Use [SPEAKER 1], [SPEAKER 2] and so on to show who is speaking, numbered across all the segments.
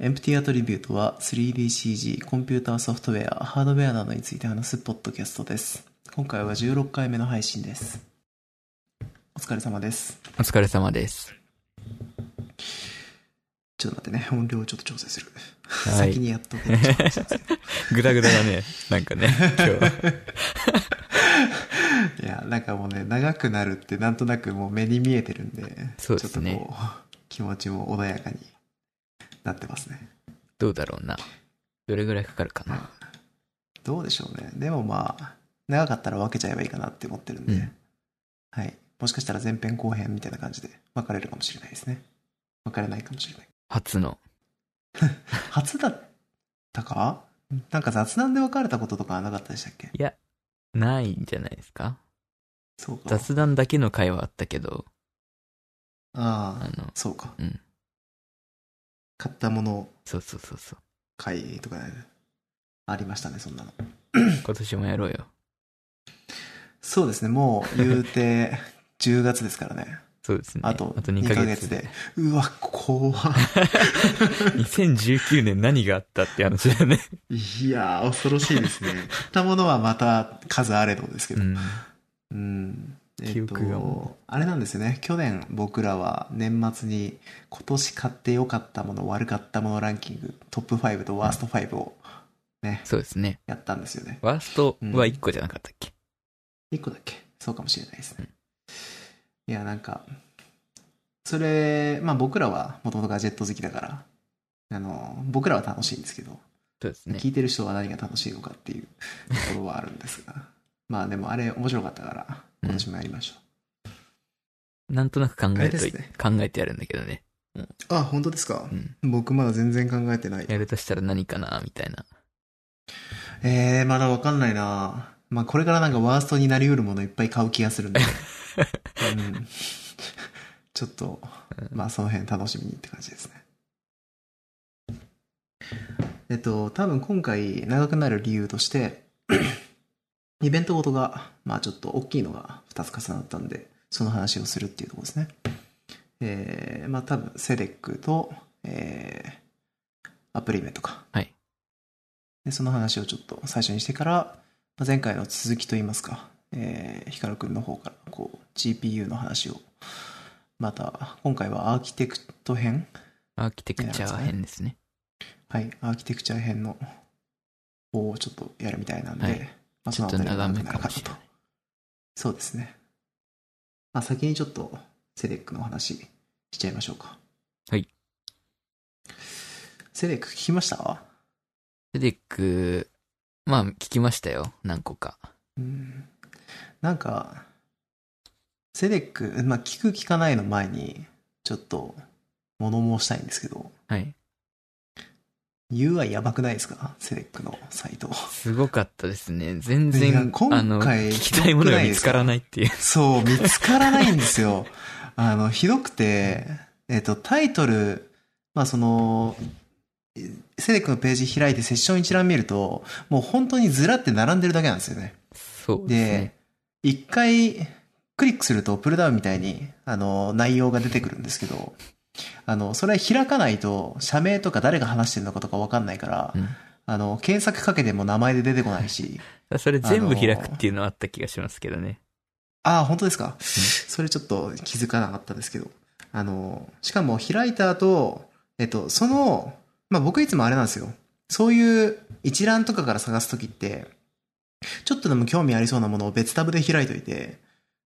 [SPEAKER 1] エンプティアトリビュートは 3DCG、コンピューターソフトウェア、ハードウェアなどについて話すポッドキャストです。今回は16回目の配信です。お疲れ様です。
[SPEAKER 2] お疲れ様です。
[SPEAKER 1] ちょっと待ってね、音量をちょっと調整する。
[SPEAKER 2] は
[SPEAKER 1] 先
[SPEAKER 2] い。
[SPEAKER 1] にやっとくね。ちょっと待って
[SPEAKER 2] ぐだぐだだね。なんかね、今日は。
[SPEAKER 1] いや、なんかもう ね、長くなるってなんとなくもう目に見えてるんで、
[SPEAKER 2] そうですね
[SPEAKER 1] ちょっとこう、気持ちも穏やかになってますね。
[SPEAKER 2] どうだろうな。どれぐらいかかるかな。
[SPEAKER 1] どうでしょうね。でもまあ、長かったら分けちゃえばいいかなって思ってるんで、
[SPEAKER 2] うん
[SPEAKER 1] はい。もしかしたら前編後編みたいな感じで分かれるかもしれないですね。分かれないかもしれない。
[SPEAKER 2] 初の。
[SPEAKER 1] 初だったかなんか雑談で別れたこととかはなかったでしたっけ
[SPEAKER 2] いや、ないんじゃないですか
[SPEAKER 1] そうか。
[SPEAKER 2] 雑談だけの会話あったけど、
[SPEAKER 1] あ
[SPEAKER 2] あ
[SPEAKER 1] あ、
[SPEAKER 2] の、
[SPEAKER 1] そうか。
[SPEAKER 2] うん
[SPEAKER 1] 買ったもの
[SPEAKER 2] そうそうそうそう。
[SPEAKER 1] 会とか、ありましたね、そんなの。
[SPEAKER 2] 今年もやろうよ。
[SPEAKER 1] そうですね、もう言う て10月ですからね。
[SPEAKER 2] そうですね。
[SPEAKER 1] あと
[SPEAKER 2] あと
[SPEAKER 1] 2
[SPEAKER 2] 2
[SPEAKER 1] ヶ
[SPEAKER 2] ヶ
[SPEAKER 1] 月
[SPEAKER 2] 月
[SPEAKER 1] で。。うわ、怖っ
[SPEAKER 2] 2019年何があったって話 だね。
[SPEAKER 1] いやー、恐ろしいです ね。買ったものはまた数あれどですけ
[SPEAKER 2] う
[SPEAKER 1] ど。
[SPEAKER 2] ん。
[SPEAKER 1] うん。えっと
[SPEAKER 2] 記憶がも
[SPEAKER 1] あれなんですよね。去年僕らは年末に今年買って良かったもの、悪かったものランキング、トップ5とワースト5をね、
[SPEAKER 2] そうですね。
[SPEAKER 1] やったんですよね。
[SPEAKER 2] ワーストは1個じゃなかったっけ、
[SPEAKER 1] 一個だっけそうかもしれないですね。いや、なんか、それ、まあ僕らはもともとガジェット好きだから、あの、僕らは楽しいんですけど、
[SPEAKER 2] そうですね。
[SPEAKER 1] 聞いてる人は何が楽しいのかって いうところはあるんですが、まあでもあれ面白かったから、今年もやりましょ
[SPEAKER 2] なんとなく考
[SPEAKER 1] あれ
[SPEAKER 2] え
[SPEAKER 1] で
[SPEAKER 2] とい、
[SPEAKER 1] すね
[SPEAKER 2] 考えてやるんだけどね。
[SPEAKER 1] う。あ、本当ですか
[SPEAKER 2] うん。
[SPEAKER 1] 僕まだ全然考えてない。
[SPEAKER 2] やるとしたら何かなみたいな。
[SPEAKER 1] えー、まだわかんないなまあこれからなんかワーストになりうるものいっぱい買う気がするんで、うん、ちょっと、まあその辺楽しみにって感じですね。えっと、多分今回長くなる理由として、 イベントごとが、まあちょっと大きいのが2つ重なったんで、その話をするっていうところですね。えー、まあ多分セレックと、えーアプリメとか、
[SPEAKER 2] はい。
[SPEAKER 1] で、その話をちょっと最初にしてから、まあ前回の続きといいますか、えー、ヒカルくんの方から、こう、GPU の話を、また、今回はアーキテクト編
[SPEAKER 2] アーキテクチャー編ですね。
[SPEAKER 1] はい、アーキテクチャ編の方をちょっとやるみたいなんで、
[SPEAKER 2] はい
[SPEAKER 1] まあ
[SPEAKER 2] ちょっと
[SPEAKER 1] そのあたりは
[SPEAKER 2] 長め
[SPEAKER 1] 長く
[SPEAKER 2] か
[SPEAKER 1] な
[SPEAKER 2] も
[SPEAKER 1] る
[SPEAKER 2] しれない
[SPEAKER 1] と。そうですね。まあ、先にちょっと、セレックの話しちゃいましょうか。
[SPEAKER 2] はい。
[SPEAKER 1] セレック聞きました
[SPEAKER 2] セデック、まあ、聞きましたよ。何個か。
[SPEAKER 1] うんなんか、セレック、まあ、聞く聞かないの前に、ちょっと、物申したいんですけど、
[SPEAKER 2] はい。
[SPEAKER 1] UI やばくないですかセレックのサイト。
[SPEAKER 2] すごかったですね。全
[SPEAKER 1] いや
[SPEAKER 2] 然、
[SPEAKER 1] 今回
[SPEAKER 2] あの、聞きたいものが見つからないっていう。
[SPEAKER 1] そう、見つからないんですよ。あの、ひどくて、えっ、と、タイトル、まあ、その、えセレックのページ開いてセッション一覧見ると、もう本当にずらって並んでるだけなんですよね。
[SPEAKER 2] そうです
[SPEAKER 1] で
[SPEAKER 2] ね。、
[SPEAKER 1] 一回クリックするとプルダウンみたいに、あの、内容が出てくるんですけど、あの、それ開かないと、社名とか誰が話してるのかとかわかんないから、
[SPEAKER 2] うん
[SPEAKER 1] あの、検索かけても名前で出てこないし、
[SPEAKER 2] それ全部開くっていうのはあった気がしますけどね。
[SPEAKER 1] ああ、本当ですか。それちょっと気づかなかったですけど。あの、しかも開いた後、えっと、その、まあ、僕いつもあれなんですよ。そういう一覧とかから探すときって、ちょっとでも興味ありそうなものを別タブで開いといて、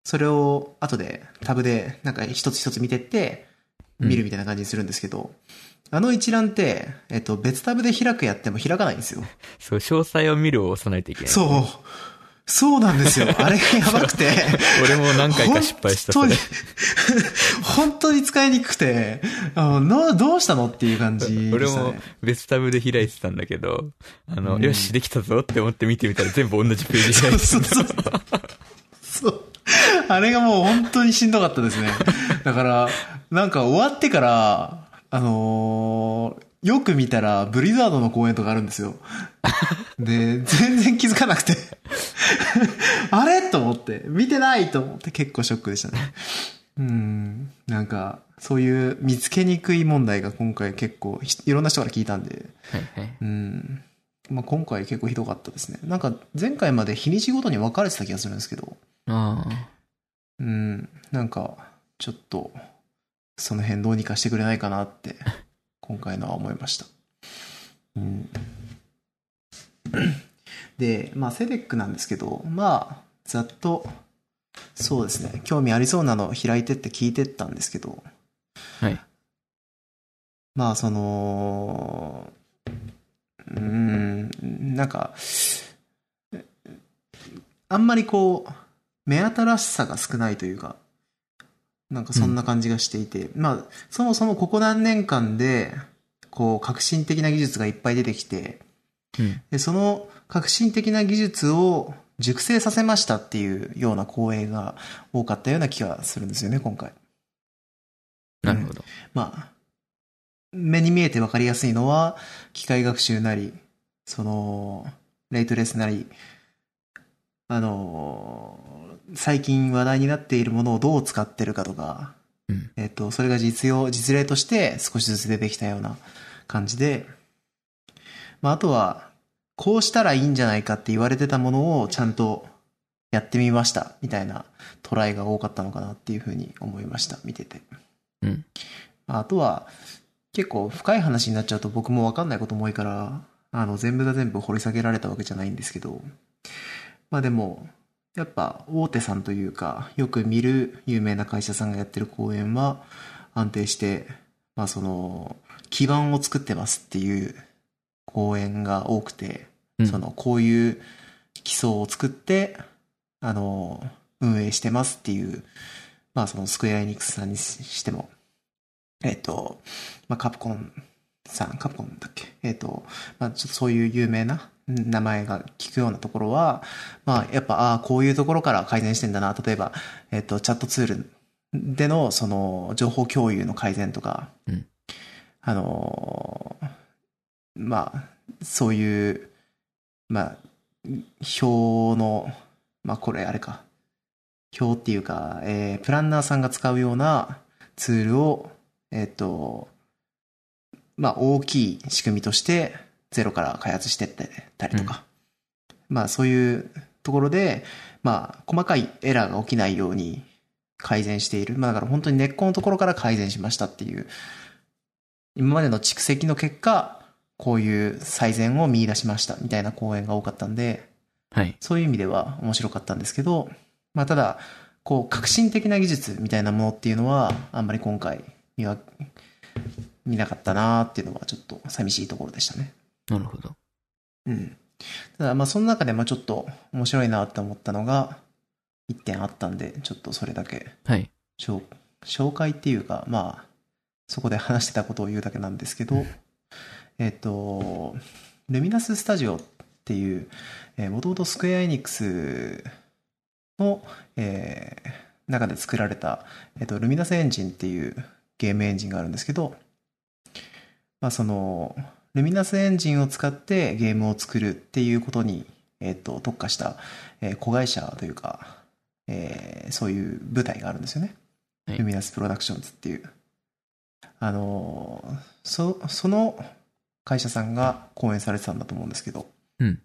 [SPEAKER 1] それを後でタブでなんか一つ一つ見てって、見るみたいな感じにするんですけど、あの一覧って、えっと、別タブで開くやっても開かないんですよ。
[SPEAKER 2] そう、詳細を見るを押さないといけない。
[SPEAKER 1] そう。そうなんですよ。あれがやばくて。
[SPEAKER 2] 俺も何回か失敗した、そ
[SPEAKER 1] 本当
[SPEAKER 2] れ
[SPEAKER 1] に。、本当に 使いにくくて、あの、どうしたのっていう感じで
[SPEAKER 2] 俺
[SPEAKER 1] した
[SPEAKER 2] も
[SPEAKER 1] ね。
[SPEAKER 2] 別タブで開いてたんだけど、あの、
[SPEAKER 1] うん
[SPEAKER 2] よし、できたぞって思って見てみたら全部同じページ開いて
[SPEAKER 1] そうそうそう。そう。あれがもう本当にしんどかったですね。だから、なんか終わってから、あのーよく見たら、ブリザードの公演とかあるんですよ。で、全然気づかなくて。あれと思って、見てないと思って結構ショックでしたね。うん。なんか、そういう見つけにくい問題が今回結構ひ、いろんな人から聞いたんで、
[SPEAKER 2] はいはい。
[SPEAKER 1] うん。まあ、今回結構ひどかったですね。なんか、前回まで日にちごとに分かれてた気がするんですけど、
[SPEAKER 2] ああ。
[SPEAKER 1] うん。なんか、ちょっと、その辺どうにかしてくれないかなって、今回のは思いました。うん。で、まあ、セデックなんですけど、まあ、ざっと、そうですね。興味ありそうなの開いてって聞いてったんですけど、
[SPEAKER 2] はい。
[SPEAKER 1] まあその、うーん、なんか、あんまりこう、目新しさが少ないというか、なんかそんな感じがしていて、まあそもそもここ何年間で、こう革新的な技術がいっぱい出てきて、
[SPEAKER 2] うん。
[SPEAKER 1] でその革新的な技術を熟成させましたっていうような講演が多かったような気がするんですよね、今回。
[SPEAKER 2] なるほど。
[SPEAKER 1] まあ、目に見えて分かりやすいのは、機械学習なり、その、レイトレースなり、あのー、最近話題になっているものをどう使ってるかとか、
[SPEAKER 2] うん
[SPEAKER 1] えっと、それが実用、実例として少しずつ出てきたような感じで、まあ、あとは、こうしたらいいんじゃないかって言われてたものをちゃんとやってみました、みたいなトライが多かったのかなっていうふうに思いました、見てて。
[SPEAKER 2] うん。
[SPEAKER 1] あとは、結構深い話になっちゃうと僕もわかんないことも多いから、あの、全部が全部掘り下げられたわけじゃないんですけど、まあでも、やっぱ大手さんというか、よく見る有名な会社さんがやってる講演は、安定して、まあその、基盤を作ってますっていう講演が多くて、
[SPEAKER 2] うん
[SPEAKER 1] その、こういう基礎を作って、あの、運営してますっていう、まあそのスクエアエニックスさんにししても、えっ、と、まあカプコンさん、カプコンだっけえっ、と、まあちょっとそういう有名なうん名前が聞くようなところは、まあやっぱ、ああ、こういうところから改善してんだな。例えば、えっ、と、チャットツールでのその情報共有の改善とか、
[SPEAKER 2] うん
[SPEAKER 1] あのーまあ、そういう、まあ、表の、まあ、これあれか。表っていうか、えープランナーさんが使うようなツールを、えっ、と、まあ、大きい仕組みとして、ゼロから開発してってたりとか。まあ、そういうところで、まあ、細かいエラーが起きないように改善している。まあ、だから本当に根っこのところから改善しましたっていう、今までの蓄積の結果、こういう最善を見出しましたみたいな講演が多かったんで、
[SPEAKER 2] はい。
[SPEAKER 1] そういう意味では面白かったんですけど、まあただ、こう、革新的な技術みたいなものっていうのは、あんまり今回見は、見なかったなーっていうのはちょっと寂しいところでしたね。
[SPEAKER 2] なるほど。
[SPEAKER 1] うん。ただ、まあその中で、まあちょっと面白いなって思ったのが、一点あったんで、ちょっとそれだけ
[SPEAKER 2] はい。
[SPEAKER 1] 紹紹介っていうか、まあ、そこで話してたことを言うだけなんですけど、えっと、ルミナススタジオっていう、もともとスクエアエニックスの、えー中で作られた、えっと、ルミナスエンジンっていうゲームエンジンがあるんですけど、まあ、その、ルミナスエンジンを使ってゲームを作るっていうことに、えっと、特化した、えー子会社というか、えーそういう舞台があるんですよね。
[SPEAKER 2] はい
[SPEAKER 1] ルミナスプロダクションズっていう。あのーそ、その会社さんが講演されてたんだと思うんですけど。
[SPEAKER 2] うん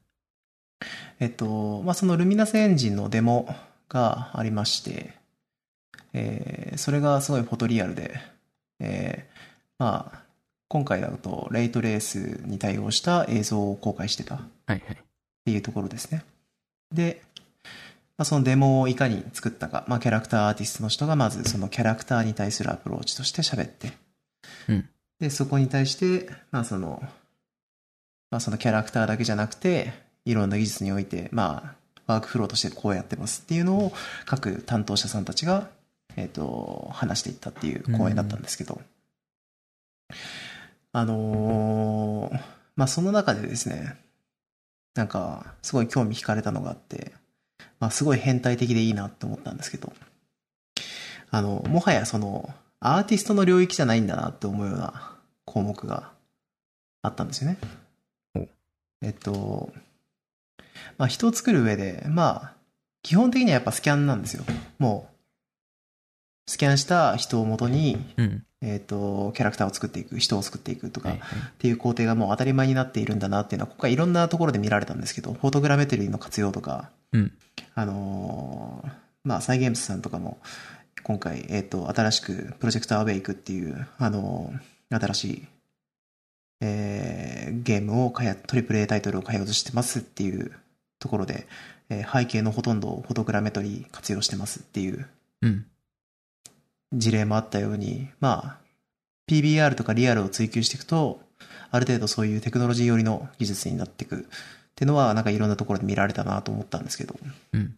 [SPEAKER 1] えっと、まあ、そのルミナスエンジンのデモがありまして、えーそれがすごいフォトリアルで、えーまあ、今回だと、レイトレースに対応した映像を公開してた
[SPEAKER 2] はいはい。
[SPEAKER 1] っていうところですね。で、まあ、そのデモをいかに作ったか、まあ、キャラクターアーティストの人がまずそのキャラクターに対するアプローチとして喋って、
[SPEAKER 2] うん
[SPEAKER 1] で、そこに対して、まあその、まあそのキャラクターだけじゃなくて、いろんな技術において、まあ、ワークフローとしてこうやってますっていうのを各担当者さんたちが、えっ、と、話していったっていう講演だったんですけど、あのーまあその中でですね、なんか、すごい興味惹かれたのがあって、まあ、すごい変態的でいいなって思ったんですけど、あの、もはやその、アーティストの領域じゃないんだなって思うような項目があったんですよね
[SPEAKER 2] お。
[SPEAKER 1] えっと、まあ、人を作る上で、まあ、基本的にはやっぱスキャンなんですよ。もスキャンした人を元に、
[SPEAKER 2] うん。
[SPEAKER 1] えっ、と、キャラクターを作っていく、人を作っていくとか、
[SPEAKER 2] はい
[SPEAKER 1] っ。ていう工程がもう当たり前になっているんだなっていうのは、今回いろんなところで見られたんですけど、フォトグラメトリーの活用とか、
[SPEAKER 2] うん
[SPEAKER 1] あのーまあ、サイゲームスさんとかも、今回、えっ、と、新しく、プロジェクトアウェイクっていう、あのー新しい、えーゲームを開発、トリプル A タイトルを開発してますっていうところで、えー背景のほとんどをフォトグラメトリー活用してますっていう
[SPEAKER 2] うん。
[SPEAKER 1] 事例もあったように、まあ、PBR とかリアルを追求していくと、ある程度そういうテクノロジー寄りの技術になっていくっていうのは、なんかいろんなところで見られたなと思ったんですけど、
[SPEAKER 2] うん。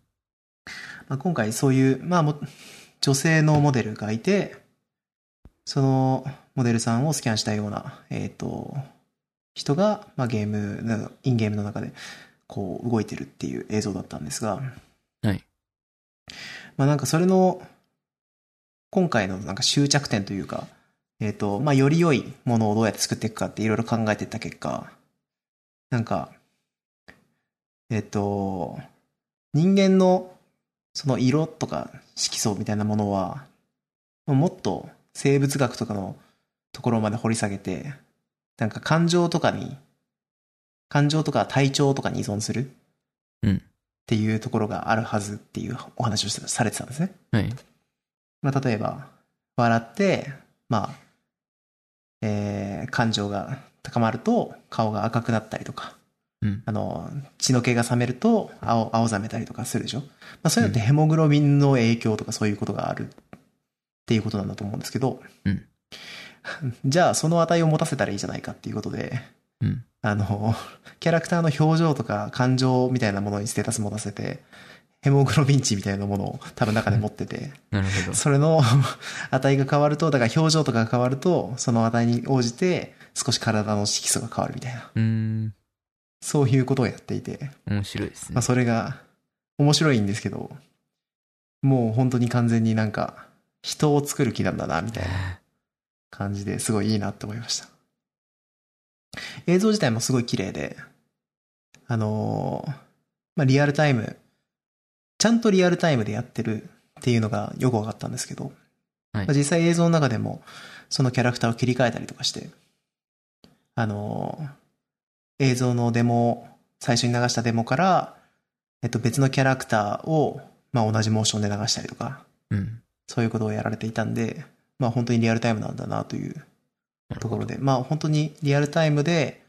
[SPEAKER 1] まあ、今回そういう、まあも、女性のモデルがいて、そのモデルさんをスキャンしたような、えっ、と、人が、まあ、ゲームの、インゲームの中で、こう、動いてるっていう映像だったんですが、
[SPEAKER 2] はい。
[SPEAKER 1] まあ、なんかそれの、今回のなんか終着点というか、えっ、と、まあ、より良いものをどうやって作っていくかっていろいろ考えてった結果、なんか、えっ、と、人間のその色とか色素みたいなものは、もっと生物学とかのところまで掘り下げて、なんか感情とかに、感情とか体調とかに依存する
[SPEAKER 2] うん
[SPEAKER 1] っていうところがあるはずっていうお話をしたされてたんですね。
[SPEAKER 2] はい。
[SPEAKER 1] まあ、例えば、笑って、まあ、えー感情が高まると顔が赤くなったりとか、
[SPEAKER 2] うん
[SPEAKER 1] あの、血の気が冷めると青、青ざめたりとかするでしょ。まあ、そういうのってヘモグロビンの影響とかそういうことがあるっていうことなんだと思うんですけど、
[SPEAKER 2] うん
[SPEAKER 1] じゃあその値を持たせたらいいじゃないかっていうことで、
[SPEAKER 2] うん。
[SPEAKER 1] あの、キャラクターの表情とか感情みたいなものにステータス持たせて、ヘモグロビン値みたいなものを多分中で持ってて、
[SPEAKER 2] なるほど。
[SPEAKER 1] それの 値が変わると、だから表情とかが変わると、その値に応じて少し体の色素が変わるみたいな、
[SPEAKER 2] うーん。
[SPEAKER 1] そういうことをやっていて、
[SPEAKER 2] 面白いです
[SPEAKER 1] まあ
[SPEAKER 2] ね。
[SPEAKER 1] それが面白いんですけど、もう本当に完全になんか人を作る気なんだな、みたいな感じですごいいいなって思いました。映像自体もすごい綺麗で、あのーまあ、リアルタイム、ちゃんとリアルタイムでやってるっていうのがよくわかったんですけど、
[SPEAKER 2] はい
[SPEAKER 1] まあ実際映像の中でもそのキャラクターを切り替えたりとかして、あのー映像のデモ、最初に流したデモから、えっと別のキャラクターを、まあ、同じモーションで流したりとか、
[SPEAKER 2] うん。
[SPEAKER 1] そういうことをやられていたんで、まあ本当にリアルタイムなんだなという
[SPEAKER 2] なる
[SPEAKER 1] と
[SPEAKER 2] ほ
[SPEAKER 1] ころ
[SPEAKER 2] ど。
[SPEAKER 1] で、まあ本当にリアルタイムで、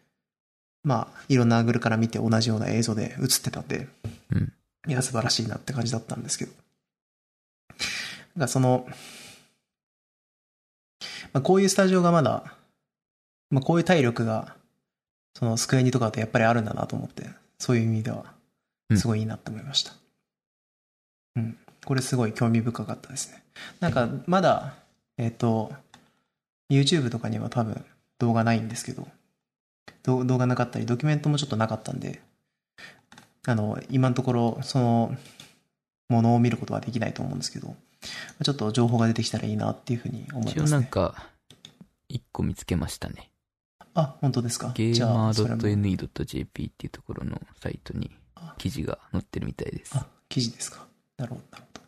[SPEAKER 1] まあいろんなアングルから見て同じような映像で映ってたんで、
[SPEAKER 2] うん
[SPEAKER 1] いや素晴らしいなって感じだったんですけど。なんかその、まあ、こういうスタジオがまだ、まあこういう体力が、その机にとかってやっぱりあるんだなと思って、そういう意味では
[SPEAKER 2] う、ん
[SPEAKER 1] すごいいいなって思いました。うん。これすごい興味深かったですね。なんかまだ、えっ、と、YouTube とかには多分動画ないんですけど、ど動画なかったり、ドキュメントもちょっとなかったんで、あの、今のところ、その、ものを見ることはできないと思うんですけど、ちょっと情報が出てきたらいいなっていうふうに思い
[SPEAKER 2] 一応
[SPEAKER 1] ます、
[SPEAKER 2] なん
[SPEAKER 1] ね。
[SPEAKER 2] か、一個見つけましたね。
[SPEAKER 1] あ、本当ですか。
[SPEAKER 2] ゲ
[SPEAKER 1] じ
[SPEAKER 2] ー
[SPEAKER 1] ゃ
[SPEAKER 2] マ
[SPEAKER 1] あ、それも
[SPEAKER 2] ー .ne.jp っていうところのサイトに記事が載ってるみたいです。
[SPEAKER 1] あ、記事ですか。なるほど、なるほどま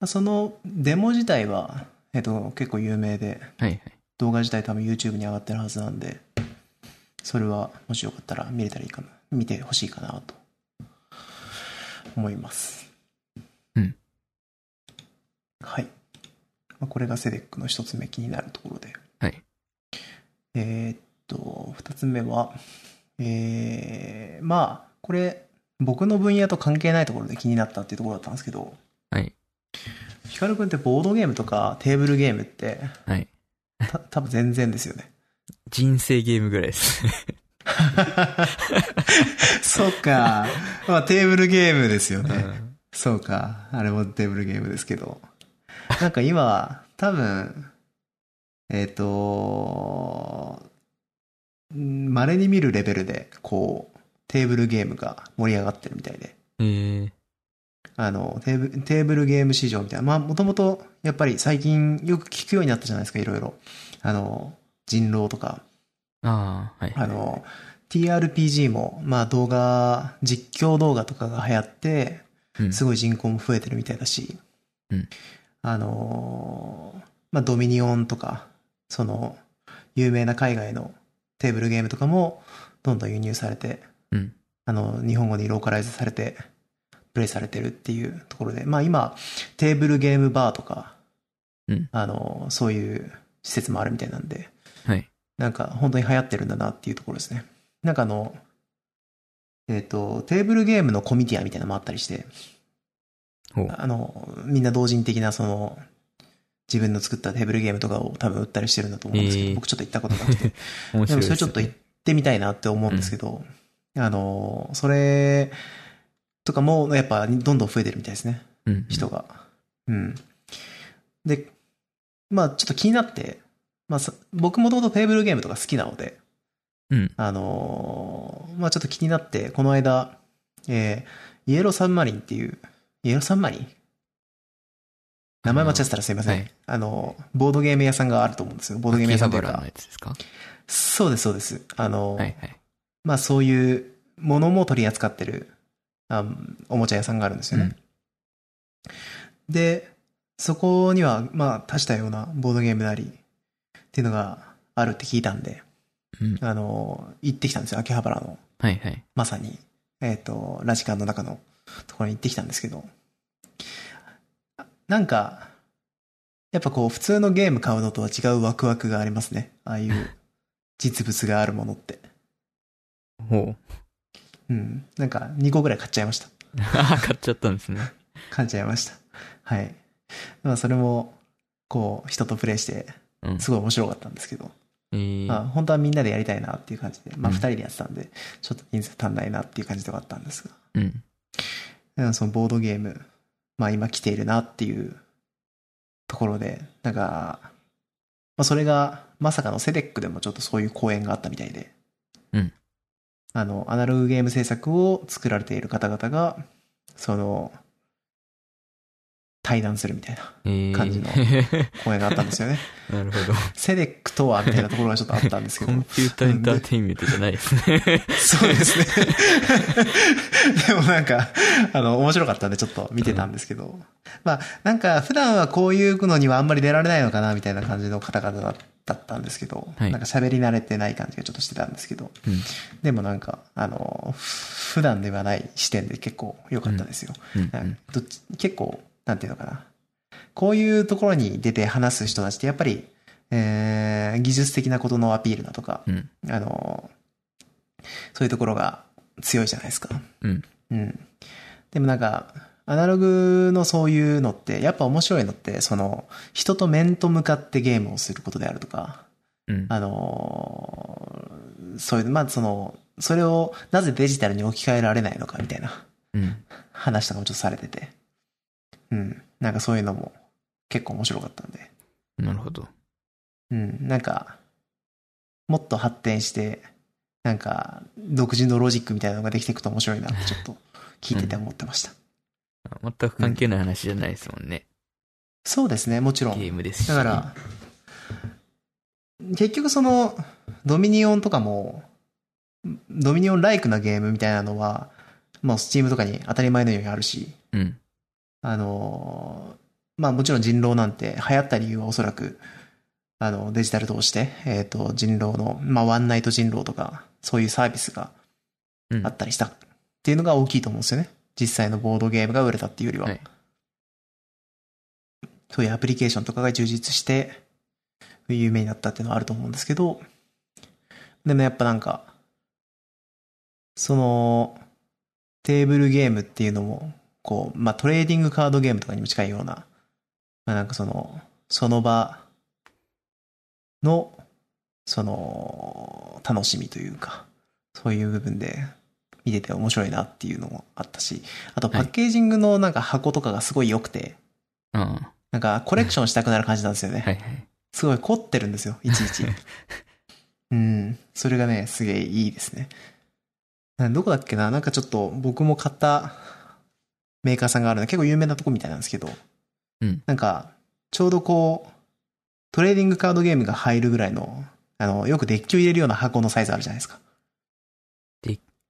[SPEAKER 1] あ。そのデモ自体は、えっと、結構有名で、
[SPEAKER 2] はいはい。
[SPEAKER 1] 動画自体多分 YouTube に上がってるはずなんで、それはもしよかったら見れたらいいかな、見てほしいかなと思います。
[SPEAKER 2] うん。
[SPEAKER 1] はい。まあ、これがセデックの一つ目気になるところで。
[SPEAKER 2] はい。
[SPEAKER 1] えーっと、二つ目は、えー、まあ、これ、僕の分野と関係ないところで気になったっていうところだったんですけど、
[SPEAKER 2] はい。
[SPEAKER 1] ヒカル君ってボードゲームとかテーブルゲームって、
[SPEAKER 2] はい。
[SPEAKER 1] た多分全然ですよね。
[SPEAKER 2] 人生ゲームぐらいですね。
[SPEAKER 1] そっか。まあテーブルゲームですよね。
[SPEAKER 2] うん
[SPEAKER 1] そうか。あれもテーブルゲームですけど。なんか今、多分、えっ、と、ん稀に見るレベルで、こう、テーブルゲームが盛り上がってるみたいで。
[SPEAKER 2] えー、
[SPEAKER 1] あの、テーブテーブルゲーム市場みたいな。まあ、もともと、やっぱり最近よく聞くようになったじゃないですか、いろいろ。あの、人狼とか、
[SPEAKER 2] ああ、はい。
[SPEAKER 1] あの、TRPG も、まあ動画、実況動画とかが流行って、
[SPEAKER 2] うん、
[SPEAKER 1] すごい人口も増えてるみたいだし、
[SPEAKER 2] うん
[SPEAKER 1] あのーまあ、ドミニオンとか、その、有名な海外のテーブルゲームとかも、どんどん輸入されて、
[SPEAKER 2] うん
[SPEAKER 1] あの、日本語にローカライズされて、プレイされてるっていうところで、まあ今、テーブルゲームバーとか、
[SPEAKER 2] うん
[SPEAKER 1] あのーそういう施設もあるみたいなんで、
[SPEAKER 2] はい。
[SPEAKER 1] なんか本当に流行ってるんだなっていうところですね。なんかあの、えっ、と、テーブルゲームのコミティアみたいなのもあったりして
[SPEAKER 2] ほう、
[SPEAKER 1] あの、みんな同人的なその、自分の作ったテーブルゲームとかを多分売ったりしてるんだと思うんですけど、
[SPEAKER 2] へー
[SPEAKER 1] 僕ちょっと行ったことなくて。
[SPEAKER 2] 面
[SPEAKER 1] でも
[SPEAKER 2] 白いです、ね。
[SPEAKER 1] それちょっと行ってみたいなって思うんですけど、あの、それとかもやっぱどんどん増えてるみたいですね。
[SPEAKER 2] うん
[SPEAKER 1] 人が。うん。で、まあちょっと気になって、まあさ僕もともとテーブルゲームとか好きなので、
[SPEAKER 2] うん。
[SPEAKER 1] あのーまあちょっと気になって、この間、えーイエローサブマリンっていう、イエローサブマリン名前間違ってたらすいません。
[SPEAKER 2] あ
[SPEAKER 1] あ
[SPEAKER 2] のは
[SPEAKER 1] の
[SPEAKER 2] い
[SPEAKER 1] ボードゲーム屋さんがあると思うんですよ。ボードゲーム
[SPEAKER 2] 秋
[SPEAKER 1] 屋さ
[SPEAKER 2] 葉
[SPEAKER 1] んという
[SPEAKER 2] 原の
[SPEAKER 1] か
[SPEAKER 2] や。つですか
[SPEAKER 1] そうです、そうです。あのー
[SPEAKER 2] はいはい。
[SPEAKER 1] まあそういうものも取り扱ってるあおもちゃ屋さんがあるんですよね。で、そこにはまあ多種多様なボードゲームなりっていうのがあるって聞いたんで、
[SPEAKER 2] うん
[SPEAKER 1] あの、行ってきたんですよ、秋葉原の。
[SPEAKER 2] はいはい。
[SPEAKER 1] まさに、えっ、と、ラジカンの中のところに行ってきたんですけど、なんか、やっぱこう普通のゲーム買うのとは違うワクワクがありますね。ああいう実物があるものって。
[SPEAKER 2] ほう。
[SPEAKER 1] うん。なんか2個ぐらい買っちゃいました。
[SPEAKER 2] あー買っちゃったんですね。
[SPEAKER 1] 買っちゃいました。はい。まあそれも、こう、人とプレイして、
[SPEAKER 2] うん。
[SPEAKER 1] すごい面白かったんですけど、
[SPEAKER 2] えー
[SPEAKER 1] まあ本当はみんなでやりたいなっていう感じで、まあ
[SPEAKER 2] うん
[SPEAKER 1] 2人でやってたんで、ちょっと人数足んないなっていう感じではあったんですが、
[SPEAKER 2] うん。
[SPEAKER 1] でもそのボードゲーム、まあ今来ているなっていうところで、なんか、まあそれが、まさかのセデックでもちょっとそういう講演があったみたいで、
[SPEAKER 2] うん
[SPEAKER 1] あの、アナログゲーム制作を作られている方々が、その、対談するみたいな
[SPEAKER 2] えー
[SPEAKER 1] 感じの講演があったんですよね。
[SPEAKER 2] なるほど。
[SPEAKER 1] セデックとはみたいなところがちょっとあったんですけ
[SPEAKER 2] コ
[SPEAKER 1] ど
[SPEAKER 2] ン。ピューターエンターテインメントじゃないですね。
[SPEAKER 1] そうですね。 でもなんか、あの、面白かったんでちょっと見てたんですけど。まあ、なんか普段はこういうのにはあんまり出られないのかなみたいな感じの方々だったんですけど、
[SPEAKER 2] はい
[SPEAKER 1] なんか喋り慣れてない感じがちょっとしてたんですけど、
[SPEAKER 2] うん
[SPEAKER 1] でもなんか、あの、ふ普段ではない視点で結構良かったですよ。
[SPEAKER 2] うんう
[SPEAKER 1] なんんかどっち結構、なんていうのかな。こういうところに出て話す人たちってやっぱり、えー技術的なことのアピールだとか、
[SPEAKER 2] うん。
[SPEAKER 1] あの、そういうところが強いじゃないですか。
[SPEAKER 2] うん。
[SPEAKER 1] うん。でもなんか、アナログのそういうのって、やっぱ面白いのって、その、人と面と向かってゲームをすることであるとか、
[SPEAKER 2] うん。
[SPEAKER 1] あのーそういう、まあその、それをなぜデジタルに置き換えられないのかみたいな
[SPEAKER 2] うん。
[SPEAKER 1] 話とかもちょっとされてて。うん。なんかそういうのも結構面白かったんで。
[SPEAKER 2] なるほど。
[SPEAKER 1] うん、なんか、もっと発展して、なんか、独自のロジックみたいなのができていくと面白いな ってちょっと聞いてて思ってました。
[SPEAKER 2] 全く関係ない話じゃないですもんね。
[SPEAKER 1] そうですね、もちろ
[SPEAKER 2] ゲ
[SPEAKER 1] ん。
[SPEAKER 2] ームですし。
[SPEAKER 1] だから、結局その、ドミニオンとかも、ドミニオンライクなゲームみたいなのは、もうスチームとかに当たり前のようにあるし、
[SPEAKER 2] うん。
[SPEAKER 1] あのーまあもちろん人狼なんて流行った理由はおそらく、あの、デジタル通して、えっ、と、人狼の、まあワンナイト人狼とか、そういうサービスが
[SPEAKER 2] うん
[SPEAKER 1] あったりしたっていうのが大きいと思うんですよね。実際のボードゲームが売れたっていうよりは。
[SPEAKER 2] はい
[SPEAKER 1] そういうアプリケーションとかが充実して、有名になったっていうのはあると思うんですけど、でもやっぱなんか、その、テーブルゲームっていうのも、こう、まあ、トレーディングカードゲームとかにも近いような、まあ、なんかその、その場の、その、楽しみというか、そういう部分で見てて面白いなっていうのもあったし、あとパッケージングのなんか箱とかがすごい良くて、
[SPEAKER 2] あ
[SPEAKER 1] なんかコレクションしたくなる感じなんですよね。
[SPEAKER 2] あ。はいはい。
[SPEAKER 1] すごい凝ってるんですよ、いちい ち。うん。それがね、すげえいいですね。などこだっけななんかちょっと僕も買ったメーカーさんがあるの結構有名なとこみたいなんですけど。
[SPEAKER 2] うん
[SPEAKER 1] なんか、ちょうどこう、トレーディングカードゲームが入るぐらいの、あの、よくデッキを入れるような箱のサイズあるじゃないですか。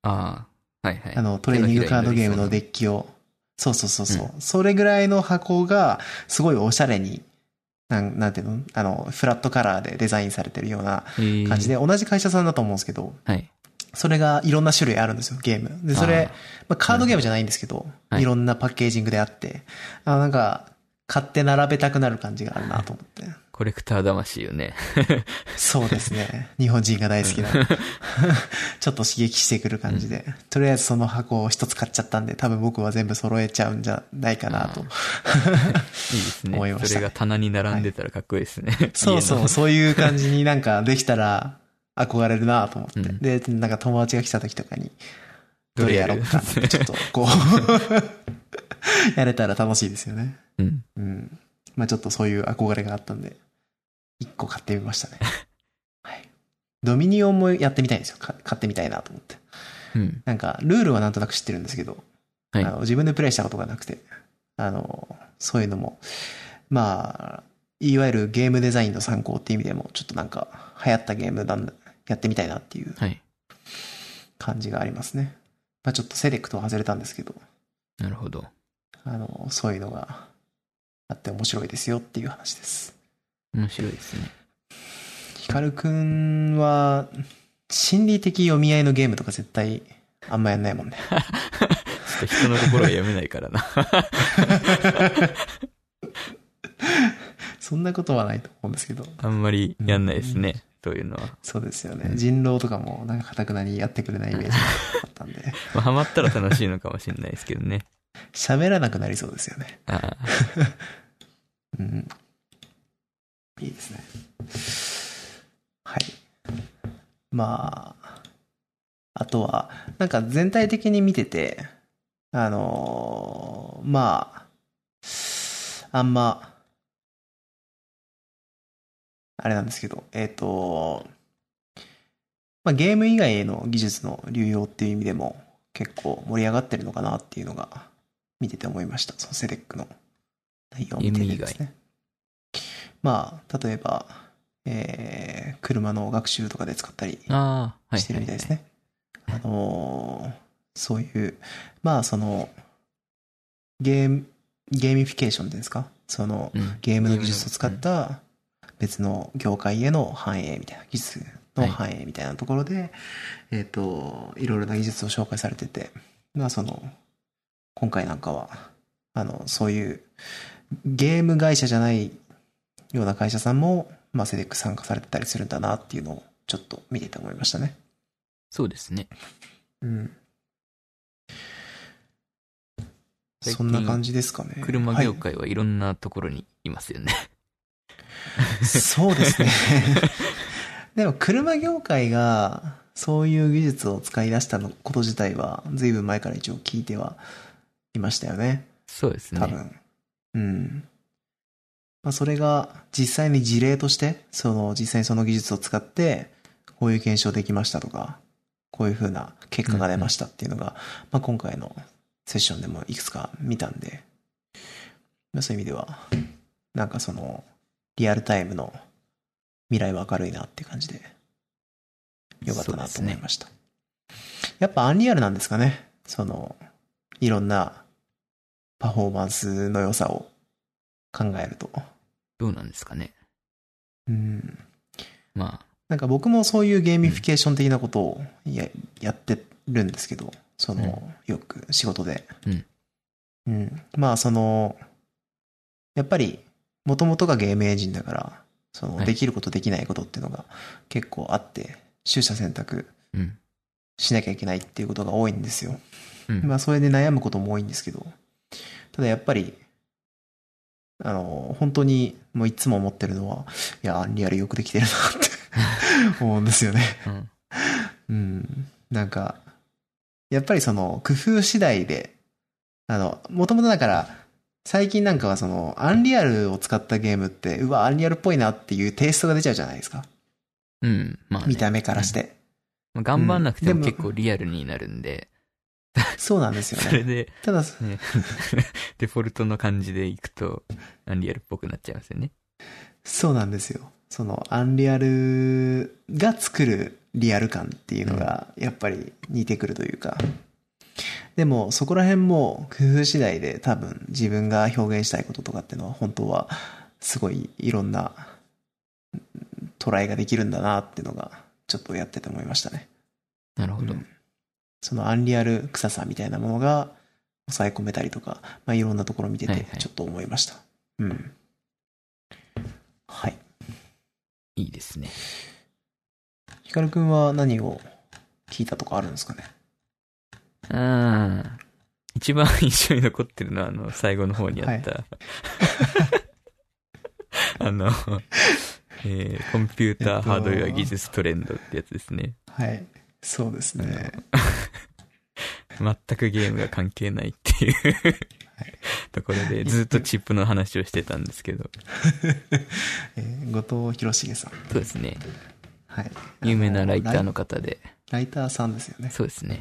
[SPEAKER 2] ああ。はいはい。
[SPEAKER 1] あの、トレーディングカードゲームのデッキを、そうそうそうそう。それぐらいの箱が、すごいおしゃれに、なん、なんていうのあの、フラットカラーでデザインされてるような
[SPEAKER 2] えー
[SPEAKER 1] 感じで、同じ会社さんだと思うんですけど、
[SPEAKER 2] はい。
[SPEAKER 1] それがいろんな種類あるんですよ、ゲーム。で、それ、まあ、カードゲームじゃないんですけど、
[SPEAKER 2] はい
[SPEAKER 1] いろんなパッケージングであって、あなんか、買って並べたくなる感じがあるなと思 って。
[SPEAKER 2] あーコレクター魂 よね。
[SPEAKER 1] そうですね。日本人が大好きな。 ちょっと刺激してくる感じで。とりあえずその箱を一つ買っちゃったんで、多分僕は全部揃えちゃうんじゃないかなと。
[SPEAKER 2] いいですね。
[SPEAKER 1] 思いましたね
[SPEAKER 2] それが棚に並んでたらかっこいいですね。
[SPEAKER 1] そうそう、そういう感じになんかできた ら憧れるなと思って。
[SPEAKER 2] うん
[SPEAKER 1] で、なんか友達が来た時とかに、ど
[SPEAKER 2] ど
[SPEAKER 1] れ
[SPEAKER 2] れ
[SPEAKER 1] や
[SPEAKER 2] や
[SPEAKER 1] ろ
[SPEAKER 2] る
[SPEAKER 1] うかって、ちょっとこう、 やれたら楽しいですよね。
[SPEAKER 2] 家の。うん。
[SPEAKER 1] うん。まあちょっとそういう憧れがあったんで、一個買ってみました ね。はい。ドミニオンもやってみたいんですよ。か買ってみたいなと思って。
[SPEAKER 2] うん。
[SPEAKER 1] なんか、ルールはなんとなく知ってるんですけど、
[SPEAKER 2] はい
[SPEAKER 1] あの自分でプレイしたことがなくて、あの、そういうのも、まあ、いわゆるゲームデザインの参考っていう意味でも、ちょっとなんか、流行ったゲームなんだ、やってみたいなっていう
[SPEAKER 2] はい。
[SPEAKER 1] 感じがありますね。まあちょっとセレクトは外れたんですけど、
[SPEAKER 2] なるほど。
[SPEAKER 1] あの、そういうのがあって面白いですよっていう話です。
[SPEAKER 2] 面白いですね。
[SPEAKER 1] ヒカルくんは、心理的読み合いのゲームとか絶対、あんまやんないもんね。
[SPEAKER 2] ちょっと人の心が読めないからな。
[SPEAKER 1] そんなことはないと思うんですけど。
[SPEAKER 2] あんまりやんないですね。そういうのは。
[SPEAKER 1] そうですよね。
[SPEAKER 2] うん
[SPEAKER 1] 人狼とかも、なんか、かたくなにやってくれないイメージがあったん で、
[SPEAKER 2] まあ、ハマったら楽しいのかもしれないですけどね。
[SPEAKER 1] 喋らなくなりそうですよね。
[SPEAKER 2] ああ。
[SPEAKER 1] うん。いいですね。はい。まあ、あとは、なんか全体的に見てて、あのーまあ、あんま、あれなんですけど、えっ、と、まあ、ゲーム以外への技術の流用っていう意味でも結構盛り上がってるのかなっていうのが見てて思いました。そのセレックの内容を見ててですね。まあ、例えば、えー、車の学習とかで使ったり、
[SPEAKER 2] ああ、はい。
[SPEAKER 1] してるみたいです
[SPEAKER 2] ね。
[SPEAKER 1] ね。あのーそういう、まあその、ゲーム、ゲーミフィケーションですかその、
[SPEAKER 2] うん
[SPEAKER 1] ゲームの技術を使った別の業界への反映みたいな、技術の反映みたいなところで、えっ、と、いろいろな技術を紹介されてて、まあその、今回なんかは、あの、そういうゲーム会社じゃないような会社さんも、まあセデック参加されてたりするんだなっていうのをちょっと見てて思いましたね。
[SPEAKER 2] そうですね。
[SPEAKER 1] うん。
[SPEAKER 2] 最近
[SPEAKER 1] そんな感じですかね。
[SPEAKER 2] 車業
[SPEAKER 1] はい
[SPEAKER 2] 界はいろんなところにいますよね。
[SPEAKER 1] そうですね。 でも車業界がそういう技術を使い出したのこと自体は随分前から一応聞いてはいましたよね。
[SPEAKER 2] そうです
[SPEAKER 1] 多
[SPEAKER 2] ね。
[SPEAKER 1] 分。うん。まあそれが実際に事例として、その実際にその技術を使って、こういう検証できましたとか、こういうふうな結果が出ましたっていうのが、まあ今回のセッションでもいくつか見たんで、まあそういう意味では、なんかその、リアルタイムの未来は明るいなって感じで、よかったなと思いました。やっぱアンリアルなんですかね。その、いろんなパフォーマンスの良さを考えると。
[SPEAKER 2] どうなんですかね。
[SPEAKER 1] うん。
[SPEAKER 2] まあ、
[SPEAKER 1] なんか僕もそういうゲーミフィケーション的なことをややってるんですけど、その、よく仕事で。
[SPEAKER 2] うん
[SPEAKER 1] うんまあその、やっぱり、もともとがゲームエンジンだから、その、
[SPEAKER 2] はい
[SPEAKER 1] できることできないことっていうのが結構あって、取捨選択
[SPEAKER 2] うん。
[SPEAKER 1] しなきゃいけないっていうことが多いんですよ。
[SPEAKER 2] うん
[SPEAKER 1] まあ、それで悩むことも多いんですけど、ただやっぱり、あの、本当に、もういつも思ってるのは、いや、アンリアルよくできてるなっ て思うんですよね。
[SPEAKER 2] うん
[SPEAKER 1] うん。なんか、やっぱりその、工夫次第で、あの、もともとだから、最近なんかはその、アンリアルを使ったゲームって、うわ、アンリアルっぽいなっていうテイストが出ちゃうじゃないですか。
[SPEAKER 2] うん。まあね、
[SPEAKER 1] 見た目からして。
[SPEAKER 2] まあ頑張んなくて
[SPEAKER 1] うん
[SPEAKER 2] も
[SPEAKER 1] でも
[SPEAKER 2] 結構リアルになるんで、
[SPEAKER 1] そうなんですよ
[SPEAKER 2] それ
[SPEAKER 1] ね。
[SPEAKER 2] で、
[SPEAKER 1] ただ、
[SPEAKER 2] ね、 デフォルトの感じでいくと、アンリアルっぽくなっちゃいますよね。
[SPEAKER 1] そうなんですよ。その、アンリアルが作るリアル感っていうのが、やっぱり似てくるというか、でも、そこら辺も工夫次第で多分自分が表現したいこととかっていうのは本当はすごいいろんなうんトライができるんだなっていうのがちょっとやってて思いましたね。
[SPEAKER 2] なるほど。
[SPEAKER 1] うんそのアンリアル臭さみたいなものが抑え込めたりとか、まあ、いろんなところ見て
[SPEAKER 2] は
[SPEAKER 1] て
[SPEAKER 2] いはい
[SPEAKER 1] ちょっと思いました。うん。はい。
[SPEAKER 2] いいですね。
[SPEAKER 1] ヒカルくんは何を聞いたとかあるんですかね
[SPEAKER 2] うん。一番印象に残ってるのは、あの、最後の方にあった、 あの、えーコンピューターハードウェア技術トレンドってやつですね。
[SPEAKER 1] はい。そうですね。
[SPEAKER 2] 全くゲームが関係ないっていう ところで、ずっとチップの話をしてたんですけど。
[SPEAKER 1] えー後藤博重さん。
[SPEAKER 2] そうですね。
[SPEAKER 1] はい。
[SPEAKER 2] 有名なライター
[SPEAKER 1] あの。
[SPEAKER 2] の方で。
[SPEAKER 1] ライターさんですよね。
[SPEAKER 2] そうですね。